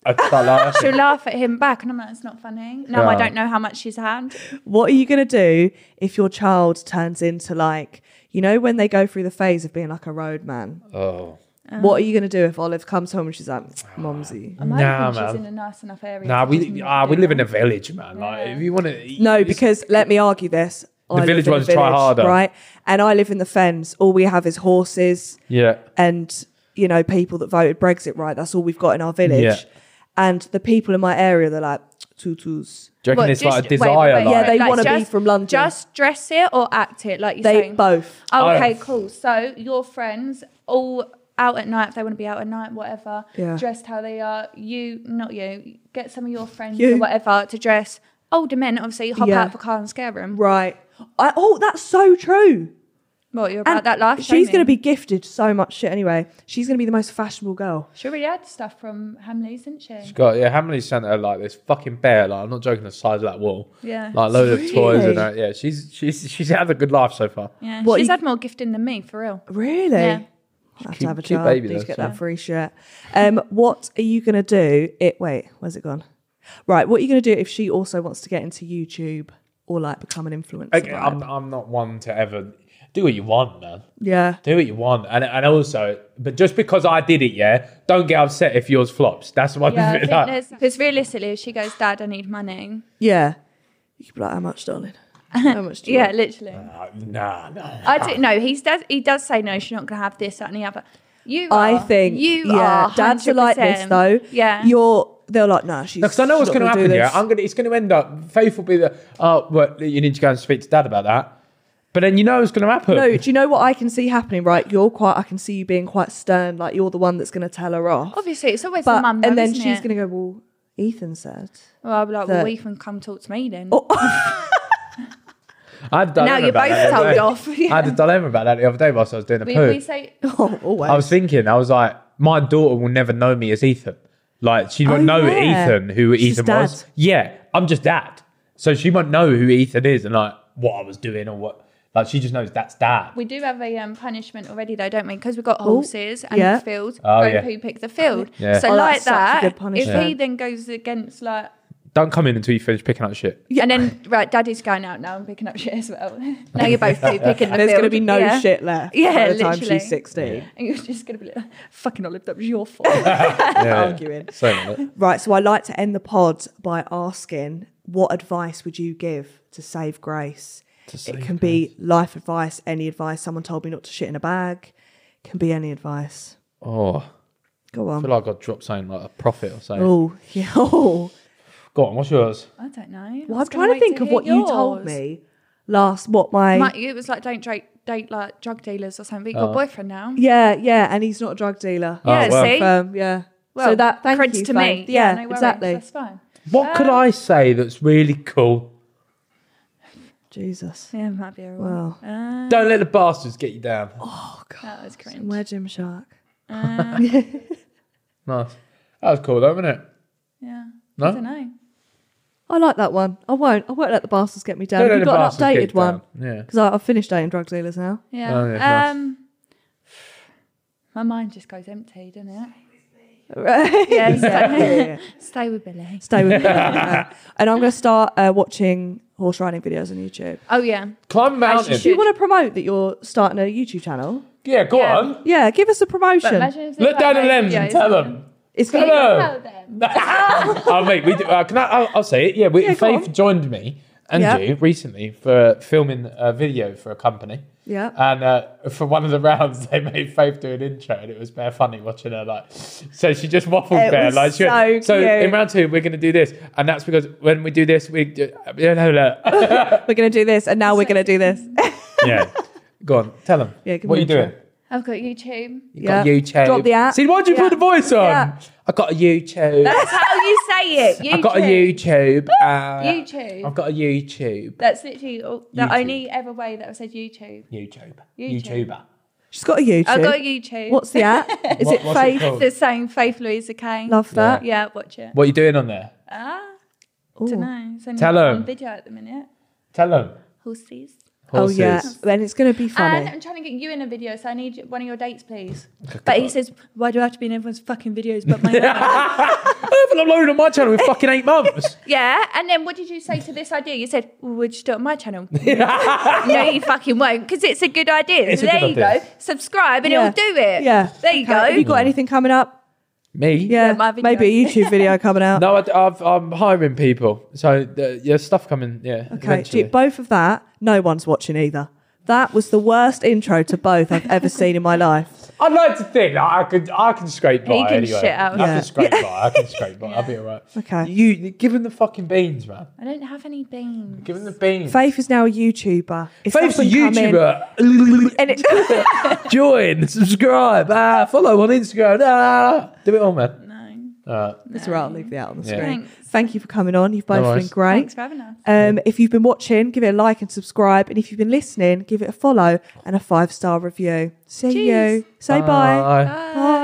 [SPEAKER 3] I start
[SPEAKER 4] She'll
[SPEAKER 3] laughing.
[SPEAKER 4] laugh at him back, and I'm like, it's not funny. No, I
[SPEAKER 3] Yeah.
[SPEAKER 4] don't know how much she's had.
[SPEAKER 5] What are you gonna do if your child turns into like, you know, when they go through the phase of being like a roadman?
[SPEAKER 3] Oh,
[SPEAKER 4] Uh.
[SPEAKER 5] What are you gonna do if Olive comes home and she's like, "Mumsy"?
[SPEAKER 4] I
[SPEAKER 3] nah,
[SPEAKER 4] think she's in a
[SPEAKER 3] man.
[SPEAKER 4] nice enough area.
[SPEAKER 3] Nah,
[SPEAKER 4] to just
[SPEAKER 3] we ah, we
[SPEAKER 4] do
[SPEAKER 3] live in
[SPEAKER 4] that.
[SPEAKER 3] a village, man. Like, if you want to,
[SPEAKER 5] No, because let me argue this. The
[SPEAKER 3] village ones try harder.
[SPEAKER 5] right? And I live in the fens. All we have is horses.
[SPEAKER 3] yeah,
[SPEAKER 5] and you know people that voted Brexit right. That's all we've got in our village.
[SPEAKER 3] Yeah.
[SPEAKER 5] And the people in my area, they're like tutus.
[SPEAKER 3] do you reckon
[SPEAKER 4] What,
[SPEAKER 3] it's like a
[SPEAKER 4] just- wait,
[SPEAKER 3] desire?
[SPEAKER 4] wait, wait,
[SPEAKER 3] like,
[SPEAKER 5] Yeah, they
[SPEAKER 4] like,
[SPEAKER 5] wanna be
[SPEAKER 4] just-
[SPEAKER 5] from London.
[SPEAKER 4] Just dress it or act it, like you
[SPEAKER 5] They
[SPEAKER 4] saying.
[SPEAKER 5] both.
[SPEAKER 4] Okay,
[SPEAKER 3] Oh.
[SPEAKER 4] cool. So your friends all out at night if they want to be out at night, whatever.
[SPEAKER 5] Yeah.
[SPEAKER 4] Dressed how they are. You, not you. Get some of your friends
[SPEAKER 5] You.
[SPEAKER 4] or whatever to dress older men. Obviously, hop
[SPEAKER 5] Yeah.
[SPEAKER 4] out of a car and scare them.
[SPEAKER 5] Right. I, oh, that's so true.
[SPEAKER 4] What, you're about
[SPEAKER 5] And
[SPEAKER 4] that life?
[SPEAKER 5] She's
[SPEAKER 4] Jamie?
[SPEAKER 5] going to be gifted so much shit anyway. She's going to be the most fashionable girl.
[SPEAKER 4] She already had stuff from Hamleys, didn't she?
[SPEAKER 3] God, yeah, Hamley sent her like this fucking bear. Like, I'm not joking. The size of that wall.
[SPEAKER 4] Yeah.
[SPEAKER 3] Like, load of toys
[SPEAKER 5] Really?
[SPEAKER 3] and that. Yeah, she's she's she's had a good life so far.
[SPEAKER 4] Yeah.
[SPEAKER 5] What,
[SPEAKER 4] She's
[SPEAKER 5] you-
[SPEAKER 4] had more gifting than me, for real.
[SPEAKER 5] Really?
[SPEAKER 4] Yeah.
[SPEAKER 5] I'll have to
[SPEAKER 3] Cute-
[SPEAKER 5] have a
[SPEAKER 3] cute
[SPEAKER 5] child.
[SPEAKER 3] baby
[SPEAKER 5] Please
[SPEAKER 3] though,
[SPEAKER 5] get
[SPEAKER 3] so-
[SPEAKER 5] that free shirt. Um, what are you going to do? It wait, where's it gone? Right, what are you going to do if she also wants to get into YouTube or like become an influencer?
[SPEAKER 3] Okay,
[SPEAKER 5] vibe?
[SPEAKER 3] I'm I'm not one to ever do what you want, man.
[SPEAKER 5] yeah,
[SPEAKER 3] Do what you want, and and also, but just because I did it, yeah, don't get upset if yours flops. That's one
[SPEAKER 4] Yeah, I
[SPEAKER 3] thing.
[SPEAKER 4] think
[SPEAKER 3] like-
[SPEAKER 4] there's, because realistically, if she goes, Dad, I need money.
[SPEAKER 5] yeah. You could be like, how much, darling? How much? Do you
[SPEAKER 4] Yeah,
[SPEAKER 5] want?
[SPEAKER 4] literally.
[SPEAKER 3] Uh, nah, nah.
[SPEAKER 4] I do no. He does. He does say no. She's not going to have this, that, and the other. You,
[SPEAKER 5] I
[SPEAKER 4] are.
[SPEAKER 5] think
[SPEAKER 4] you
[SPEAKER 5] yeah,
[SPEAKER 4] are.
[SPEAKER 5] dads are like this
[SPEAKER 4] 100%.
[SPEAKER 5] though.
[SPEAKER 4] Yeah,
[SPEAKER 5] you're. They're like, nah, she's.
[SPEAKER 3] Because I know
[SPEAKER 5] she's
[SPEAKER 3] what's
[SPEAKER 5] not
[SPEAKER 3] going to
[SPEAKER 5] gonna do
[SPEAKER 3] happen. Yeah,
[SPEAKER 5] this.
[SPEAKER 3] I'm going. to It's going to end up. Faith will be the. Oh, well, you need to go and speak to dad about that. But then you know it's going to happen.
[SPEAKER 5] No, do you know what I can see happening? Right, you're quite. I can see you being quite stern. Like you're the one that's going to tell her off.
[SPEAKER 4] obviously it's always the
[SPEAKER 5] But
[SPEAKER 4] mum.
[SPEAKER 5] and then
[SPEAKER 4] is
[SPEAKER 5] she's going to go. Well, Ethan said.
[SPEAKER 4] Well, I'll be like, well,
[SPEAKER 5] that- Oh,
[SPEAKER 4] we can come talk to me then.
[SPEAKER 3] I've done.
[SPEAKER 4] now you're both told off.
[SPEAKER 3] I had a dilemma about that the other day whilst I was doing a
[SPEAKER 4] We,
[SPEAKER 3] poo.
[SPEAKER 4] we say
[SPEAKER 5] Oh, always.
[SPEAKER 3] I was thinking, I was like, my daughter will never know me as Ethan. Like, she won't
[SPEAKER 5] Oh,
[SPEAKER 3] know
[SPEAKER 5] yeah.
[SPEAKER 3] Ethan, who
[SPEAKER 5] She's
[SPEAKER 3] Ethan
[SPEAKER 5] dad.
[SPEAKER 3] was. Yeah, I'm just dad. So she won't know who Ethan is and like what I was doing or what. Like, she just knows that's dad.
[SPEAKER 4] we do have a um, punishment already though, don't we? Because we've got horses and
[SPEAKER 5] Oh, yeah.
[SPEAKER 4] the field.
[SPEAKER 3] Oh,
[SPEAKER 4] go
[SPEAKER 3] yeah.
[SPEAKER 4] poo pick the field.
[SPEAKER 3] Yeah.
[SPEAKER 4] So
[SPEAKER 5] Oh,
[SPEAKER 4] like
[SPEAKER 5] that's such a
[SPEAKER 4] that,
[SPEAKER 5] good
[SPEAKER 4] if he
[SPEAKER 5] punishment.
[SPEAKER 4] then goes against like.
[SPEAKER 3] Don't come in until you finish picking up shit.
[SPEAKER 4] And then right, Daddy's going out now and picking up shit as well. now you're both poo picking the
[SPEAKER 5] There's going
[SPEAKER 4] going
[SPEAKER 5] to be no shit left
[SPEAKER 4] Yeah,
[SPEAKER 5] by the time
[SPEAKER 4] literally.
[SPEAKER 5] she's 16.
[SPEAKER 4] And you're just going to be like, fucking Olive, that was your fault.
[SPEAKER 3] Yeah.
[SPEAKER 5] Arguing.
[SPEAKER 3] So, like,
[SPEAKER 5] Right, so I like to end the pod by asking what advice would you give to save grace? it can be life advice, any advice. Someone told me not to shit in a bag. Can be any advice.
[SPEAKER 3] oh, I
[SPEAKER 5] Go on.
[SPEAKER 3] feel like I dropped something like a prophet or something.
[SPEAKER 5] Oh, yeah. Oh.
[SPEAKER 3] Go on, what's yours?
[SPEAKER 4] I don't know.
[SPEAKER 5] Well, I'm trying to think of what you told me last. What my.
[SPEAKER 4] Mike, it was like don't date, date like drug dealers or something. But you
[SPEAKER 3] Uh-huh.
[SPEAKER 4] got a boyfriend now.
[SPEAKER 5] yeah, yeah, and he's not a drug dealer.
[SPEAKER 3] Oh,
[SPEAKER 4] yeah,
[SPEAKER 3] well.
[SPEAKER 4] see.
[SPEAKER 5] Um, yeah. so that thank
[SPEAKER 4] credits
[SPEAKER 5] you,
[SPEAKER 4] Oh, to
[SPEAKER 5] Faith.
[SPEAKER 4] me.
[SPEAKER 5] Yeah,
[SPEAKER 4] no worries,
[SPEAKER 5] exactly.
[SPEAKER 4] That's fine.
[SPEAKER 3] What
[SPEAKER 5] Um,
[SPEAKER 3] could I say that's really cool?
[SPEAKER 5] Jesus.
[SPEAKER 4] Yeah, might be Uh, alright.
[SPEAKER 5] Wow.
[SPEAKER 3] Don't let the bastards get you down.
[SPEAKER 5] Oh.
[SPEAKER 4] That was cringe. Uh,
[SPEAKER 5] Where Jim Shark?
[SPEAKER 3] Nice. That was cool though, wasn't it?
[SPEAKER 4] Yeah.
[SPEAKER 3] No?
[SPEAKER 4] I don't know.
[SPEAKER 5] I like that one. I won't. I won't let the bastards get me down.
[SPEAKER 3] Don't
[SPEAKER 5] Have
[SPEAKER 3] let
[SPEAKER 5] you
[SPEAKER 3] the
[SPEAKER 5] got
[SPEAKER 3] bastards
[SPEAKER 5] an
[SPEAKER 3] get
[SPEAKER 5] updated
[SPEAKER 3] you
[SPEAKER 5] one?
[SPEAKER 3] down. Yeah.
[SPEAKER 5] Because I've finished dating drug dealers now.
[SPEAKER 4] Yeah.
[SPEAKER 3] Oh, yeah, nice.
[SPEAKER 4] um, my mind just goes empty, doesn't it?
[SPEAKER 5] Right.
[SPEAKER 4] Yeah. Stay,
[SPEAKER 5] Yeah.
[SPEAKER 4] stay with Billy.
[SPEAKER 5] Stay with me. and I'm going to start uh, watching horse riding videos on YouTube.
[SPEAKER 4] Oh yeah.
[SPEAKER 3] Climb a mountain.
[SPEAKER 5] Do you want to promote that you're starting a YouTube channel?
[SPEAKER 3] Yeah, go
[SPEAKER 4] Yeah.
[SPEAKER 3] on.
[SPEAKER 5] Yeah, give us a promotion.
[SPEAKER 4] Imagine if they
[SPEAKER 3] Look
[SPEAKER 4] like
[SPEAKER 3] down the
[SPEAKER 4] made
[SPEAKER 3] lens and
[SPEAKER 4] videos.
[SPEAKER 3] tell them.
[SPEAKER 5] It's
[SPEAKER 4] Can you
[SPEAKER 5] gonna-
[SPEAKER 3] Hello.
[SPEAKER 4] tell them?
[SPEAKER 3] oh, mate, we do, uh, can I, I'll, I'll say it. Yeah, we,
[SPEAKER 5] Yeah, go
[SPEAKER 3] Faith
[SPEAKER 5] on.
[SPEAKER 3] joined me and
[SPEAKER 5] Yeah.
[SPEAKER 3] you recently for filming a video for a company.
[SPEAKER 5] Yeah.
[SPEAKER 3] And uh, for one of the rounds, they made Faith do an intro, and it was bare funny watching her like. So she just waffled
[SPEAKER 5] It
[SPEAKER 3] bare
[SPEAKER 5] was
[SPEAKER 3] like. She
[SPEAKER 5] so
[SPEAKER 3] went, so in
[SPEAKER 5] cute.
[SPEAKER 3] round two, we're gonna do this, and that's because when we do this, we do, yeah,
[SPEAKER 5] we're going to do this, and now we're going to do this.
[SPEAKER 3] yeah. Go on, tell them.
[SPEAKER 5] Yeah, give
[SPEAKER 3] what are
[SPEAKER 5] me
[SPEAKER 3] you
[SPEAKER 5] an
[SPEAKER 3] doing?
[SPEAKER 5] intro.
[SPEAKER 4] I've got YouTube.
[SPEAKER 3] You got
[SPEAKER 5] Yeah.
[SPEAKER 3] YouTube.
[SPEAKER 5] Drop the app.
[SPEAKER 3] See, why'd you
[SPEAKER 5] Yeah.
[SPEAKER 3] put the voice on?
[SPEAKER 5] Yeah.
[SPEAKER 3] I got a YouTube.
[SPEAKER 4] That's how you say it. YouTube.
[SPEAKER 3] I got a YouTube. Uh,
[SPEAKER 4] YouTube.
[SPEAKER 3] I've got a YouTube.
[SPEAKER 4] That's literally all, the
[SPEAKER 3] YouTube.
[SPEAKER 4] only ever way that I've said YouTube.
[SPEAKER 3] YouTube.
[SPEAKER 4] YouTube.
[SPEAKER 3] YouTuber.
[SPEAKER 5] She's got a YouTube.
[SPEAKER 4] I've got a YouTube.
[SPEAKER 5] What's the app? Is
[SPEAKER 3] What-
[SPEAKER 5] it
[SPEAKER 3] what's it
[SPEAKER 5] Faith?
[SPEAKER 3] called?
[SPEAKER 4] the same Faith Louisa Kane?
[SPEAKER 5] Love that.
[SPEAKER 4] Yeah, watch it.
[SPEAKER 3] What are you doing on there?
[SPEAKER 4] Ah,
[SPEAKER 5] Ooh.
[SPEAKER 4] don't know. It's only
[SPEAKER 3] Tell
[SPEAKER 4] on
[SPEAKER 3] 'em.
[SPEAKER 4] video at the minute.
[SPEAKER 3] Tell them.
[SPEAKER 4] Horses.
[SPEAKER 5] Oh yeah, and it's going to be funny.
[SPEAKER 4] And I'm trying to get you in a video, so I need one of your dates, please. But he says, "Why do I have to be in everyone's fucking videos?" But my own?"
[SPEAKER 3] I haven't uploaded on my channel in fucking eight months.
[SPEAKER 4] yeah. And then what did you say to this idea? You said, well, "Would you do it on my channel?" no, you fucking won't, because it's a good idea.
[SPEAKER 3] It's a
[SPEAKER 4] so there
[SPEAKER 3] good
[SPEAKER 4] you
[SPEAKER 3] idea.
[SPEAKER 4] go. Subscribe, and
[SPEAKER 5] Yeah.
[SPEAKER 4] it'll do it.
[SPEAKER 5] Yeah.
[SPEAKER 4] There you
[SPEAKER 5] Okay. Have you
[SPEAKER 4] go.
[SPEAKER 5] got anything coming up?
[SPEAKER 3] Me?
[SPEAKER 5] Yeah.
[SPEAKER 4] my video.
[SPEAKER 5] Maybe a YouTube video coming out.
[SPEAKER 3] No, I, have I'm hiring people, so the, yeah, stuff coming. Yeah.
[SPEAKER 5] okay.
[SPEAKER 3] eventually.
[SPEAKER 5] Gee, both of that, no one's watching either. That was the worst intro to both I've ever seen in my life.
[SPEAKER 3] I'd like to think that I could I can scrape by
[SPEAKER 4] He can
[SPEAKER 3] anyway.
[SPEAKER 4] shit out.
[SPEAKER 3] I
[SPEAKER 5] Yeah.
[SPEAKER 3] can scrape by. I can scrape by. I'll be alright.
[SPEAKER 5] Okay.
[SPEAKER 3] You you give him the fucking beans, man.
[SPEAKER 4] I don't have any beans.
[SPEAKER 3] Give him the beans.
[SPEAKER 5] Faith is now a YouTuber. It's
[SPEAKER 3] Faith's a
[SPEAKER 5] up and coming.
[SPEAKER 3] YouTuber.
[SPEAKER 5] And it,
[SPEAKER 3] Join, subscribe, ah, follow on Instagram. Ah, do it all, man.
[SPEAKER 4] No.
[SPEAKER 5] That's right. I'll leave that out on the
[SPEAKER 3] Yeah.
[SPEAKER 5] screen.
[SPEAKER 4] Thanks.
[SPEAKER 5] Thank you for coming on. You've both been
[SPEAKER 3] worries.
[SPEAKER 5] great.
[SPEAKER 4] Thanks for having us.
[SPEAKER 5] Um, if you've been watching, give it a like and subscribe. And if you've been listening, give it a follow and a five star review. See
[SPEAKER 4] Cheers.
[SPEAKER 5] you. Say bye.
[SPEAKER 3] Bye.
[SPEAKER 5] Bye.